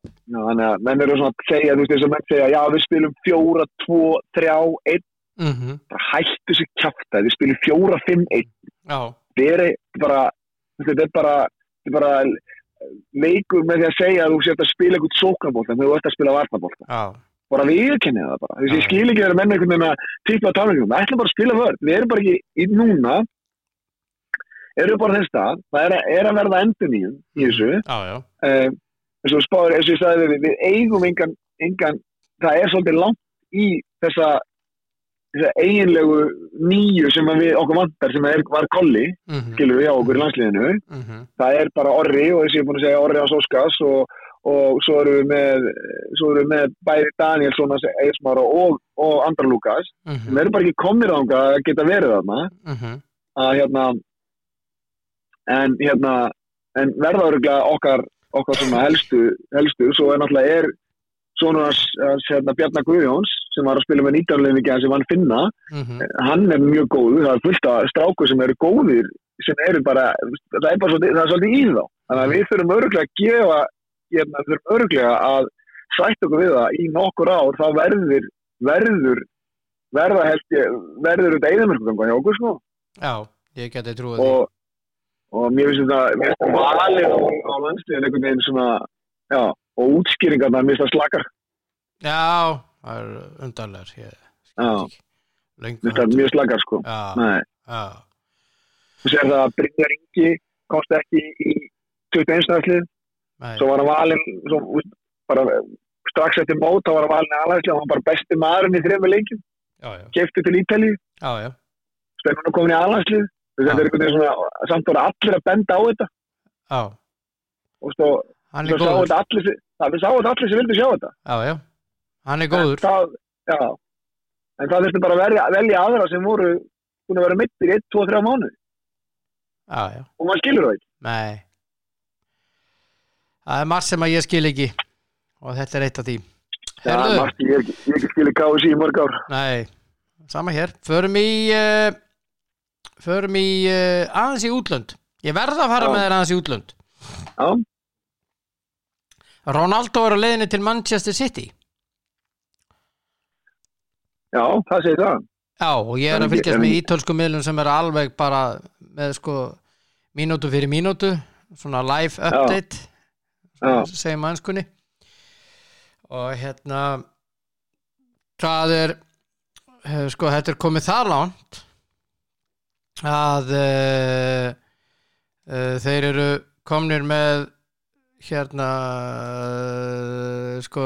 B: Já, Þannig að menn eru svona að segja, þú veist, þess að menn segja, já, við spilum fjóra, tvo, þrjá, einn.
A: Mhm,
B: Bara hættu sér kjátt við spilum fjóra, fimm, einn.
A: Já,
B: þetta er bara þetta er bara, þetta er bara leikur með því að segja að þú sért að spila eitthvað sóknabólta en þú ert að spila varnabólta
A: já,
B: bara viðkennið það bara, þess að ég skil ekki þegar menn einhvern veginn að tippa á táningum, við ætlum bara að spila vörð við erum bara ekki í núna erum við bara þess stað það er, að- er að verða endur nýjum í þessu
A: já, já
B: um, eins og spáður, eins og ég sagði við, við, við eigum engan, engan, það er svolítið langt í þessa þessa eiginlegu nýju sem að við okkur vantar sem að er, var kolli
A: mhm,
B: skilur við hjá okkur í landsliðinu
A: mhm,
B: það er bara orri og eins og ég er búin að segja orri hans Óskars og, og svo erum við með svo erum við með bæri Danielsson Eismara og, og Andra Lukas
A: mhm,
B: við erum bara ekki komnir ánga að geta verið þarna
A: mhm,
B: að hérna en hérna en verða örgulega okkar okkar svona helstu, helstu svo er náttúrulega er sonur hans, hans hérna, Bjarnar Guðjóns sem var að spila með 19 lefingi sem hann finna
A: mhm
B: hann er mjög góður, það er fullt af strákur sem eru góðir, sem eru bara það er bara svolítið, það er svolítið í þá þannig að við þurfum öruglega að gefa hérna, við þurfum öruglega að sætt okkur við það í nokkur ár, það verður verður verða held ég, verður þetta eðamörkuganga hjá okkur sko
A: Já, ég geti trúið því
B: og, og mér finnst þetta mér finnst valið á, á landsliðin einhvern veginn svona, já, og útskýringarna mér finnst það slakar,
A: Já, það er undarlegar Ég
B: já,
A: skil ekki Lengur
B: mér finnst það mjög slakar sko,
A: Já,
B: nei
A: já,
B: þú sér það að Brynjar Ingi komst ekki í 21. aðslið
A: nei,
B: svo var hann valinn svo, þú veist, bara strax eftir mót þá var hann valinn aðlæðslið og hann var bara besti maðurinn í þrejum leikjum,
A: já, já,
B: kefti til Ítali
A: já, já
B: spennun og komin í aðlæðslið þetta er
A: Já.
B: einhvern veginn svona, samt voru allir að benda á þetta
A: Já,
B: og svo,
A: hann
B: svo
A: er
B: sá
A: góður
B: þetta allir sem- það við sá þetta allir sem vildu sjá þetta
A: Já, já, hann er góður
B: það, já, en það þurfti bara að verja, velja aðra sem voru búin að vera mittir í 1, 2, 3 mánu
A: já, já,
B: og maður skilur það ekki.
A: nei það er margt sem að ég skil ekki og þetta er eitt af því
B: Það er
A: Herðu,
B: margt, ég, ég, ég skilur KFC í mörg ár.
A: nei, sama hér förum í uh, förum í uh, aðeins í útlönd ég verð að fara
B: Já.
A: með þér aðeins í útlönd
B: Já,
A: Ronaldo er á leiðinu til Manchester City
B: já, það segir það.
A: Já, og ég er
B: Það er
A: að fylgjast
B: ekki-
A: með ítölsku miðlum sem er alveg bara með sko mínútu fyrir mínútu svona live update
B: Já,
A: segjum mannskunni og hérna það er eh, sko þetta er komið það langt að uh, uh, þeir eru komnir með hérna uh, sko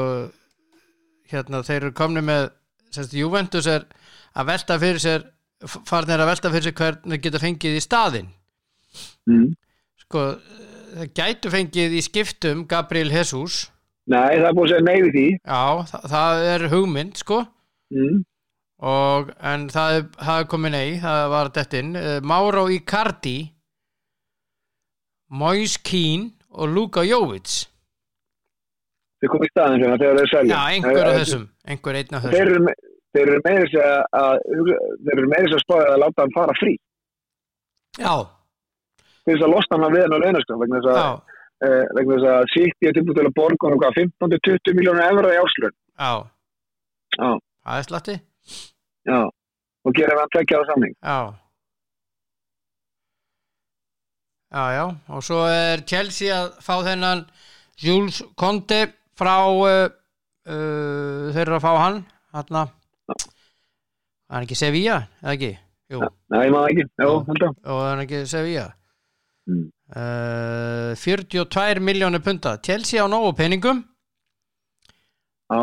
A: hérna þeir eru komnir með semst Juventus er að velta fyrir sér farnir að velta fyrir sér hvernig geta fengið í staðinn
B: mm.
A: sko það gætu fengið í skiptum Gabriel Jesus
B: nei, það er búin að segja nei við því.
A: já, það, það er hugmynd sko
B: Mm.
A: og, en það er, það er komið nei það var dettin uh, Mauro Icardi Moise Keane og Luka Jovic
B: Þau komið í staðin sem þeir eru að selja.
A: já, einhver af
B: Eh,
A: þessum einhver einn af
B: Þeir
A: þessum
B: eru me- þeir eru meira þess að, að þeir eru meira þess að spáða að láta hann fara frí.
A: já,
B: Til þess að losna hann við hann á launastöð vegna þess að
A: já,
B: eh, vegna þess að City er tilbúin til að borga hann hvað 15-20 miljónu evra í áslun.
A: já
B: Já,
A: það er slatti
B: já. Og gera hann tvekja á samning.
A: Já Já, já, og svo er Chelsea að fá þennan Jules Conte frá uh, uh, þeir eru að fá hann hann að hann er ekki Sevilla, eða ekki? Jú,
B: Nei, maður ekki. Já,
A: Já.
B: held að.
A: og hann er ekki Sevilla
B: Mm.
A: uh, 42 miljónu punta Chelsea á nógu peningum
B: Já,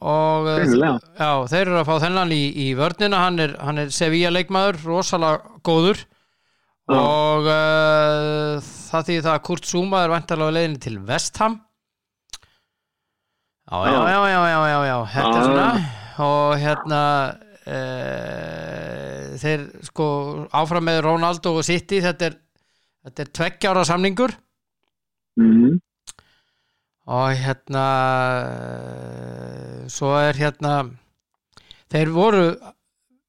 A: og uh,
B: finnilega.
A: já, þeir eru að fá þennan í, í vörnina hann er, hann er Sevilla leikmaður, rosalega góður
B: Já.
A: og uh, það því það að Kurt Zuma er vantarlega leiðin til Vestham já, já,
B: Já.
A: já, já, já, já, já. þetta er
B: Já.
A: svona og hérna uh, þeir sko áfram með Ronaldo og City þetta er, þetta er tveggjára samningur
B: Mm.
A: og hérna eh, svo er hérna þeir voru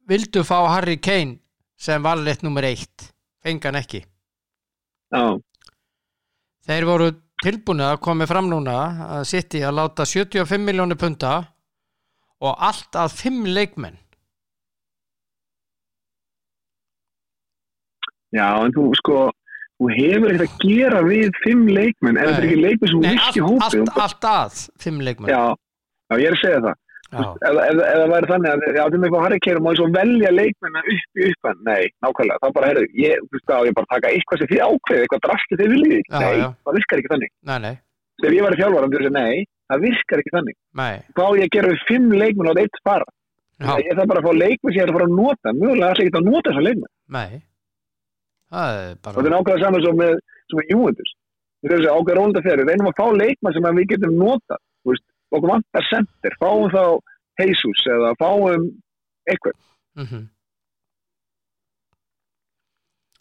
A: vildu fá Harry Kane sem varleitt nummer eitt fengan ekki
B: Já,
A: þeir voru tilbúinu að komi fram núna að City að láta 75 miljónu punta og allt að 5 leikmenn
B: já, en þú sko þú hefur ekkert að gera við fimm leikmenn ef
A: Nei.
B: þetta er ekki leikmenn sem þú
A: Nei,
B: vilt
A: allt,
B: í hópi. um
A: allt, allt að 5 leikmenn
B: Já, já, ég er að segja það.
A: Já.
B: ef, ef, ef það væri þannig að já, þeim eitthvað Harry Kane og má ég svo velja leikmenna upp í uppan, nei, nákvæmlega, það bara herðu, ég, þú veist það, ég bara taka eitthvað sem þið ákveðið, eitthvað drastið þið viljið,
A: Já,
B: nei,
A: já.
B: það virkar ekki þannig.
A: nei, nei,
B: Þegar ég var í fjálvaran, þú veist, nei, það virkar ekki þannig.
A: nei
B: Hvað á ég að gera við fimm leikmenn og eitt fara?
A: já,
B: Ég þarf bara að fá leikmenn sem ég er að fara að nota, mjögulega ætla ég ekki að nota þessa leikmenn.
A: nei það er
B: Og þetta
A: bara
B: er nákvæmlega saman svo með, svo með Júventus. Þú veist, ákveður ólunda þeirri, reynum að fá leikmenn sem að við getum nota, þú veist, okkur vantar center, fáum þá Jesus eða fáum eitthvað.
A: Mhm.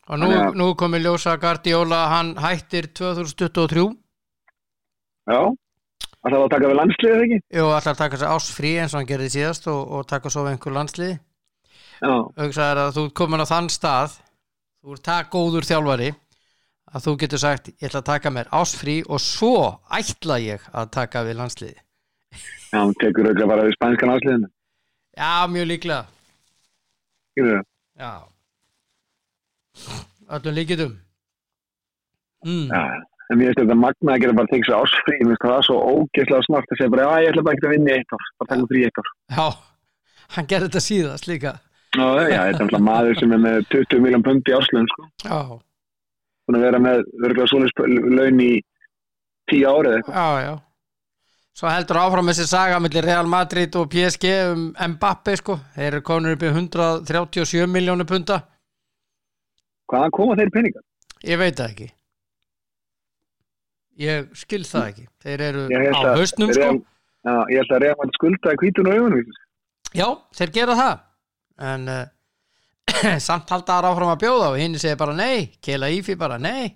A: Og nú,
B: Þannig að-
A: nú komið ljósa Guardiola, hann hættir 2023
B: Já, að það var að taka við landsliðið ekki?
A: og ætlar að taka sér ásfrí eins og hann gerði síðast og, og taka svo einhver landslið
B: Já,
A: auksaðar að þú ert komin á þann stað þú ert það góður þjálfari að þú getur sagt ég ætla að taka mér ásfrí og svo ætla ég að taka við landsliði
B: já, hún tekur auðvitað bara við spænskan landsliðinu.
A: Já, mjög líklega
B: Skilur það?
A: Já Öllum líkitum mm.
B: Já, en mér finnst þetta magna að geta bara tekið sér ásfrí, mér finnst það svo ógeðslega smart að segja bara, já, ég ætla bara ekki að vinna í eitt ár, bara taka þrý eitt ár.
A: Já, hann gerði þetta síðast líka
B: Já, já, þetta er alltaf maður sem er með 20 miljón pundi í árslun, sko.
A: Já,
B: Hún er að vera með, verður svona laun í 10 árið eitthvað.
A: já, já Svo heldur áfram þessi saga millir Real Madrid og PSG um Mbappe sko Þeir eru konur upp í 137 miljónu punta
B: Hvaðan koma þeir peningar?
A: Ég veit það ekki Ég skil það ekki Þeir eru
B: Ég held
A: á
B: að-
A: hausnum sko
B: Real- Já, ég ætla að reyna að skulda í kvítun og augunum,
A: Já, þeir gera það En uh, samt halda þar áfram að bjóða og hinn segir bara nei, Kela Ífi bara nei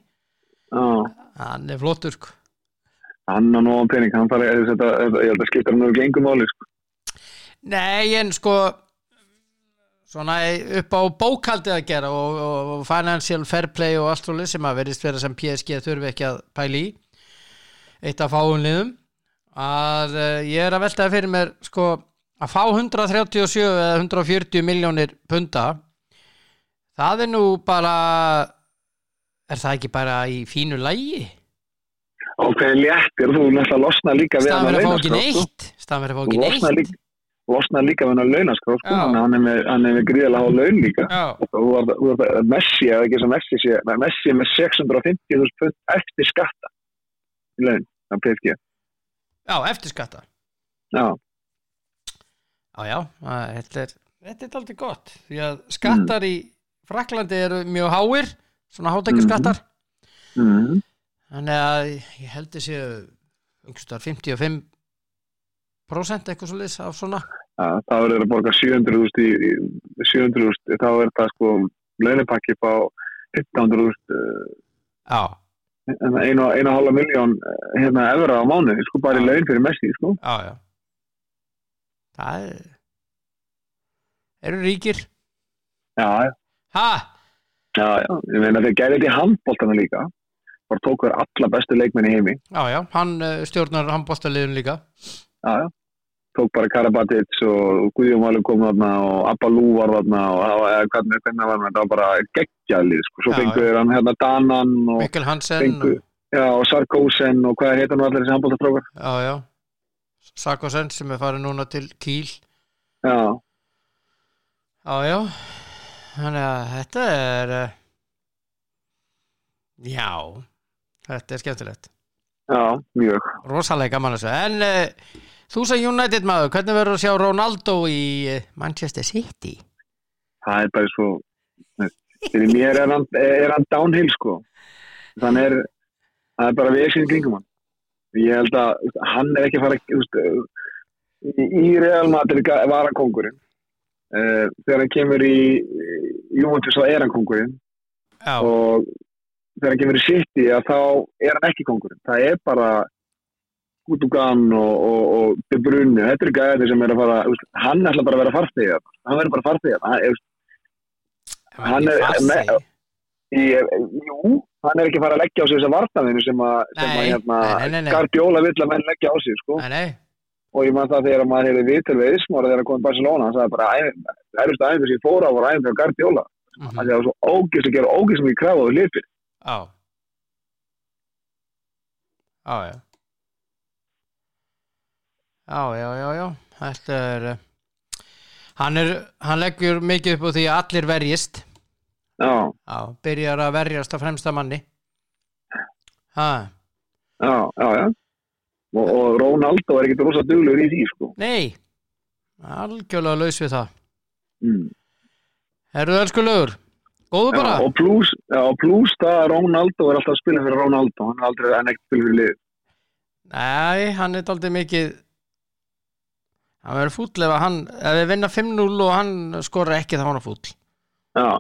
B: Já.
A: hann er flottur sko.
B: hann á nóðan pening, hann þarf að, þetta, þetta, ég held að skipta hann um gengum máli, sko.
A: nei en sko svona upp á bókaldið að gera og, og, og financial fair play og allt svolítið sem að verðist vera sem PSG þurfi ekki að pæli í eitt af fáum liðum að eh, ég er að veltaði fyrir mér sko að fá 137 eða 140 miljónir punda það er nú bara er það ekki bara í fínu lægi
B: Og hvernig léttir, þú náttúrulega losna líka við
A: staðan
B: hann
A: verið
B: að
A: að fá
B: launa,
A: ekki neitt staðan verið að fá
B: Þú
A: ekki
B: losna
A: neitt
B: líka, losna líka við hann að launa, sko.
A: Já.
B: Hann hann er með, hann er með gríðalega há laun líka.
A: já,
B: Og þú var, þú var Messi, eða ekki sem Messi sé, nei, Messi er með 650.000 pund eftir skatta í laun, hann PSG.
A: já, eftir skatta
B: Já,
A: já, já, að þetta er þetta er aldrei gott því að skattar í Fraklandi eru mjög háir svona hátekjaskattar
B: mm.
A: Þannig að ég held þessi umstar 55% eitthvað svo liðs af svona
B: ja, það verður að borga 700.000 í, í 700.000, þá er það sko launapakki á 15.000 eh,
A: Já,
B: hérna, einu, einu og halva miljón eh, hérna evra á mánuði, sko, bara í laun fyrir Messi, sko.
A: já, já Það er eru ríkir
B: Já,
A: Ha,
B: já, já, ég meina þeir gæði þetta í handbóltana líka, bara tók verið alla bestu leikmenn í heimi,
A: já, já, hann eh, stjórnar handbóttaliðun líka
B: já, já, tók bara Karabatic og Guðjón Valur kom þarna og Abba Lú var þarna og það var- eða hvernig, hvernig var hann, það var bara geggjalið, sko, svo
A: Já,
B: fengur þeir hann hérna Danan og,
A: Mikkel Hansen
B: fengu,
A: og,
B: já, og Sarkosen og hvað heitir nú allir þessi handbóltastrókar,
A: Já, já Sakosen sem er farin núna til Kíl
B: já,
A: Já, já Þannig að þetta er eh, Já Þetta er skemmtilegt
B: já, mjög,
A: rosalega gaman þessu en uh, þú sem United maður, hvernig verður að sjá Ronaldo í eh, Manchester City?
B: það er bara svo, fyrir mér er hann, er hann downhill, sko, þannig er, það er bara við ekki kringum hann, ég held að þú veist, hann er ekki að fara, þú veist, í í Real Madrid ga- var hann kongurinn uh, þegar hann kemur í í Juventus þá er hann kongurinn
A: Já,
B: og þegar hann kemur í City að þá er hann ekki kongurinn það er bara Gutugan og, og, og De Bruyne þetta er gæðið sem er að fara þú veist, hann ætla bara að vera farþegar hann verður bara farþegar hann, er- hann er- me-
A: farsi
B: ég, jú, hann er ekki að fara að leggja á sig þessa vartaninu sem að, sem að
A: Nei,
B: hérna,
A: nei, nei, nei.
B: Guardiola vill að menn leggja á sig sko.
A: Nei, nei,
B: og ég man það þegar maður hefði vitur við Ismóra þegar hann kom í Barcelona hann sagði bara æfing- erfiðstu æfingu sem ég fór á var æfingu á Guardiola
A: mhm,
B: hann það var svo ógist að gera ógist mikið krafa á lipi
A: já Já, já Já, já, já, já Þetta er eh, hann er, hann leggur mikið upp á því að allir verjist
B: já,
A: Já, byrjar að verjast að fremsta manni Ha,
B: já, já, já. Og, og Ronaldo er ekkert rosa duglegur í því sko
A: nei Algjörlega laus við það
B: mm.
A: Herðu elskulegur, góðu
B: já,
A: bara
B: og plus, já, og plus það að Ronaldo er alltaf að spila fyrir Ronaldo hann er aldrei hann er ekkert að spila fyrir lið
A: Nei, hann er aldrei mikið hann verður fúll ef að hann ef við vinna 5-0 og hann skorra ekki þá er hann fúll
B: já,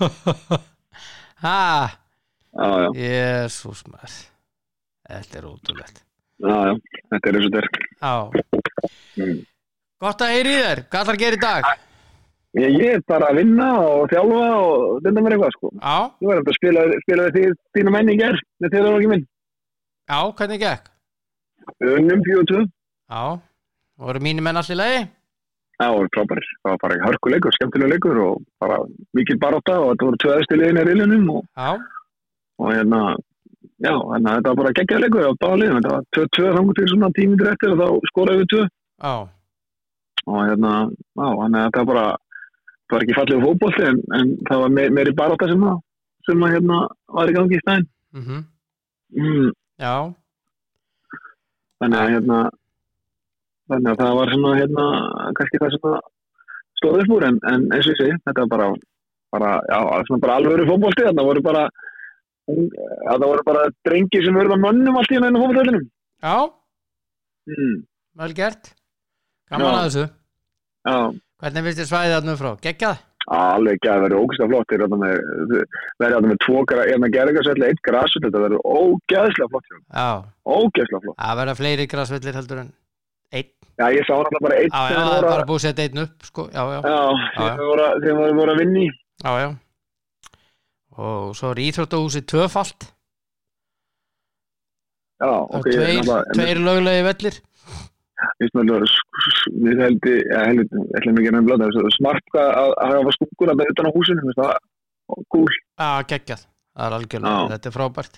A: Ha,
B: já, já,
A: jésús maður Þetta er ótrúlegt
B: já, já. þetta er eins og þetta er
A: Já,
B: Mm.
A: gott að heyri þér Hvað ætlar að gera í dag?
B: ég, ég er bara að vinna og þjálfa og þetta mér eitthvað sko
A: Já,
B: ég var eftir að spila, spila við því þína menning er með þeirra minn
A: já, hvernig gekk?
B: Við unnum 42.
A: Já, voru mínu menn allir leiði?
B: Það voru frábærir. Það var bara hörkuleikur, skemmtilegur leikur og bara mikil baróta og þetta voru tvöðusti liðin í riðlinum og,
A: Já,
B: og hérna, já, hérna, þetta var bara geggjað leikur á báliðin. Þetta var 2-2 þangur til svona tímindur eftir og þá skoraði við 2
A: já,
B: og hérna, já, þannig að þetta var bara, það var ekki fallið fótbolti en, en það var me meiri baróta sem að, sem að hérna var í gangi í stæðin.
A: mhm,
B: Mm,
A: já
B: þannig að hérna, þannig að það var svona hérna, kannski það sem að stóð upp úr en, en eins og ég segi, þetta var bara, bara, já, svona bara alvöru fótbolti, þarna voru bara það voru bara drengir sem voru bara mönnum allt í hérna inn á fótboltöllinum
A: Já,
B: mm,
A: vel gert Gaman
B: Já.
A: að þessu
B: já,
A: Hvernig finnst þér svæðið þarna um frá? Geggjað?
B: alveg ekki að verður ógeðslega flott þeir eru þarna með- verður þarna með tvo gra- hérna gerðingarsvelli, eitt grasut þetta verður ógeðslega flott hjá þeim.
A: Já,
B: ógeðslega flott
A: það verða fleiri grasvellir heldur en einn.
B: já ég sá hann bara eitt
A: Já, já,
B: þegar
A: það er
B: voru að-
A: bara búið að setja einn upp, sko, já, já,
B: já, þegar voru að- þegar voru voru að vinni
A: já, já. Og svo er íþróttahúsið tvöfalt,
B: já
A: það
B: ok
A: eru
B: ég er
A: tveir,
B: náttúrulega-
A: tveir löglegi vellir.
B: Ég smelur, við heldi, ég heldi, ég ætla mikið að nefna blanda, það er smart að, að að hafa skúkur að utan á húsinu, veist það, og gúl.
A: Já, geggjað, það er algjörlega,
B: Já.
A: þetta er frábært.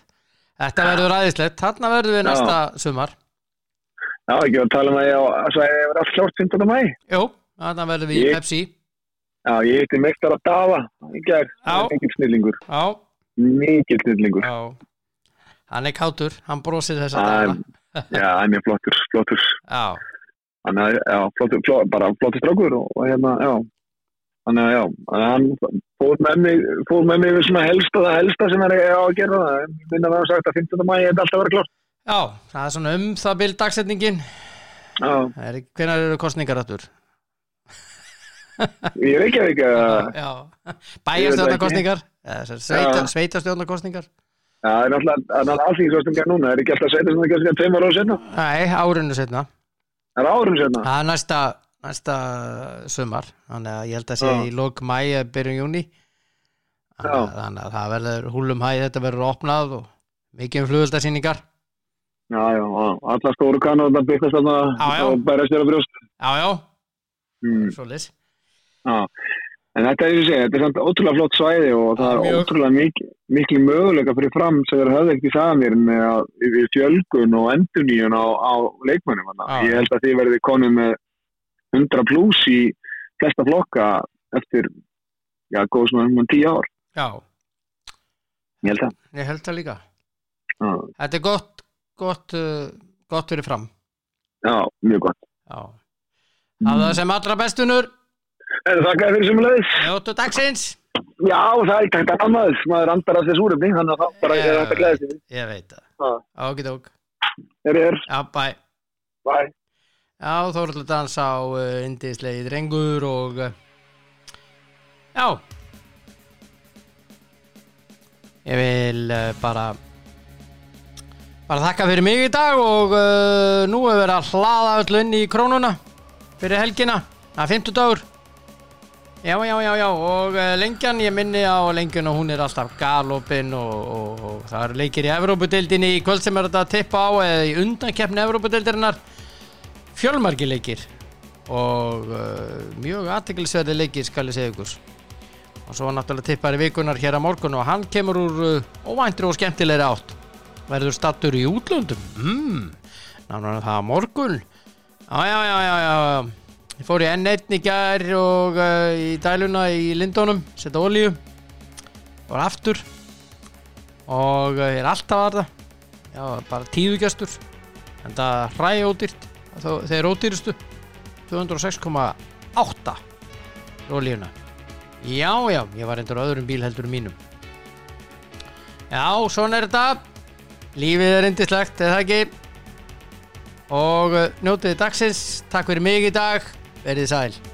A: Þetta verður aðeinslegt, þarna verður við
B: Já.
A: næsta sumar.
B: Já, ekki var að tala um að ég á, að það er allt klárt 15. mæ.
A: Jú, þarna verður við í
B: Ég-
A: Pepsi.
B: Já, ég hitti meistar að dafa, í gær,
A: Já.
B: mikill snillingur,
A: Já,
B: mikill snillingur.
A: já. Hann er kátur, hann brosir þess
B: Æ,
A: að dagana.
B: Já, hann er flottur, flottur,
A: Já,
B: hann er, já, flottur, flottur, bara flottur strákur og, og hérna, já. Þannig að já, hann fór með mig, fór með mig við svona helsta, það helsta sem hann er á að gera það. Minna að hafa sagt að 15. mæ, þetta alltaf að vera klárt.
A: já, það er svona um það byrð dagsetningin.
B: Já.
A: Það Er, hvenær eru kostningar aftur?
B: Í Reykjavík eða?
A: Já,
B: bæjarstjórnarkosningar,
A: bæjarstjórnarkostningar sveita,
B: Já.
A: sveitastjórnarkostningar
B: Já, það er náttúrulega það er náttúrulega alþingisvöstingar núna, er ekki alltaf setja sem það gerst ekki að tveimur ára setna?
A: Nei, árinu setna
B: Það er árum setna?
A: Það er næsta, næsta sumar Þannig að ég held að sé
B: Já.
A: í lok mæ eða byrjun júni Þannig að- þannig að það verður húlum hæ þetta verður opnað og mikið um flugöldasýningar
B: Já, já, já, alla stóru kanu og það byggast
A: Já, já.
B: þarna og bæra sér á brjóst.
A: Já, já,
B: Mm,
A: svo lis
B: já. En þetta er, eins og ég segi, þetta er samt ótrúlega flott svæði og
A: Já,
B: það er
A: mjög.
B: ótrúlega mik miklu möguleika fyrir fram sem þeir höfðu ekki það mér með að yfir fjölgun og enduníun á, á leikmönnum. þarna.
A: Já.
B: Ég held að þið verði konum með 100 pluss í flesta flokka eftir, já, góð svona um 10 ár.
A: Já,
B: Ég held að.
A: ég held það líka
B: Já.
A: Þetta er gott, gott, uh, gott fyrir fram
B: Já, mjög gott.
A: Já Það það sem allra bestunur
B: En þakka þér fyrir sem leiðis.
A: Njóttu dagsins
B: Já, það er ekki hægt að maður. Maður andar að þessu úröfni, þannig að það bara er hægt að gleða sig.
A: Ég veit það
B: Já,
A: Okidók
B: er ég er.
A: Já, bæ
B: Bæ.
A: Já, Þóraldur Dans á uh, indislegi drengur og uh, já ég vil uh, bara bara þakka fyrir mig í dag og uh, nú er verið að hlaða öll inn í krónuna fyrir helgina, það er 50 dagur já, já, já, já og uh, lengjan, ég minni á lengjun og hún er alltaf galopin og, og, og það eru leikir í Evrópudeildinni í kvöld sem er þetta að tippa á eða í undankeppni Evrópudeildirinnar fjölmargi leikir og uh, mjög aðteglisverði leikir skal ég segja ykkur og svo náttúrulega tippari vikunar hér á morgun og hann kemur úr uh, óvæntri og skemmtilegri átt verður stattur í útlöndum mm. náttúrulega það á morgun já já já já, já. ég fór í N1 í gær og uh, í dæluna í Lindónum setja olíu og aftur og uh, ég er alltaf að það já, bara tíðugjastur en það hræði ódýrt Þó- þeir ódýrustu 206,8 ólíuna já já, ég var endur öðrum bíl heldur en mínum já, svona er þetta lífið er indislegt, eða ekki og eh, njótið dagsins takk fyrir mig í dag, verið sæl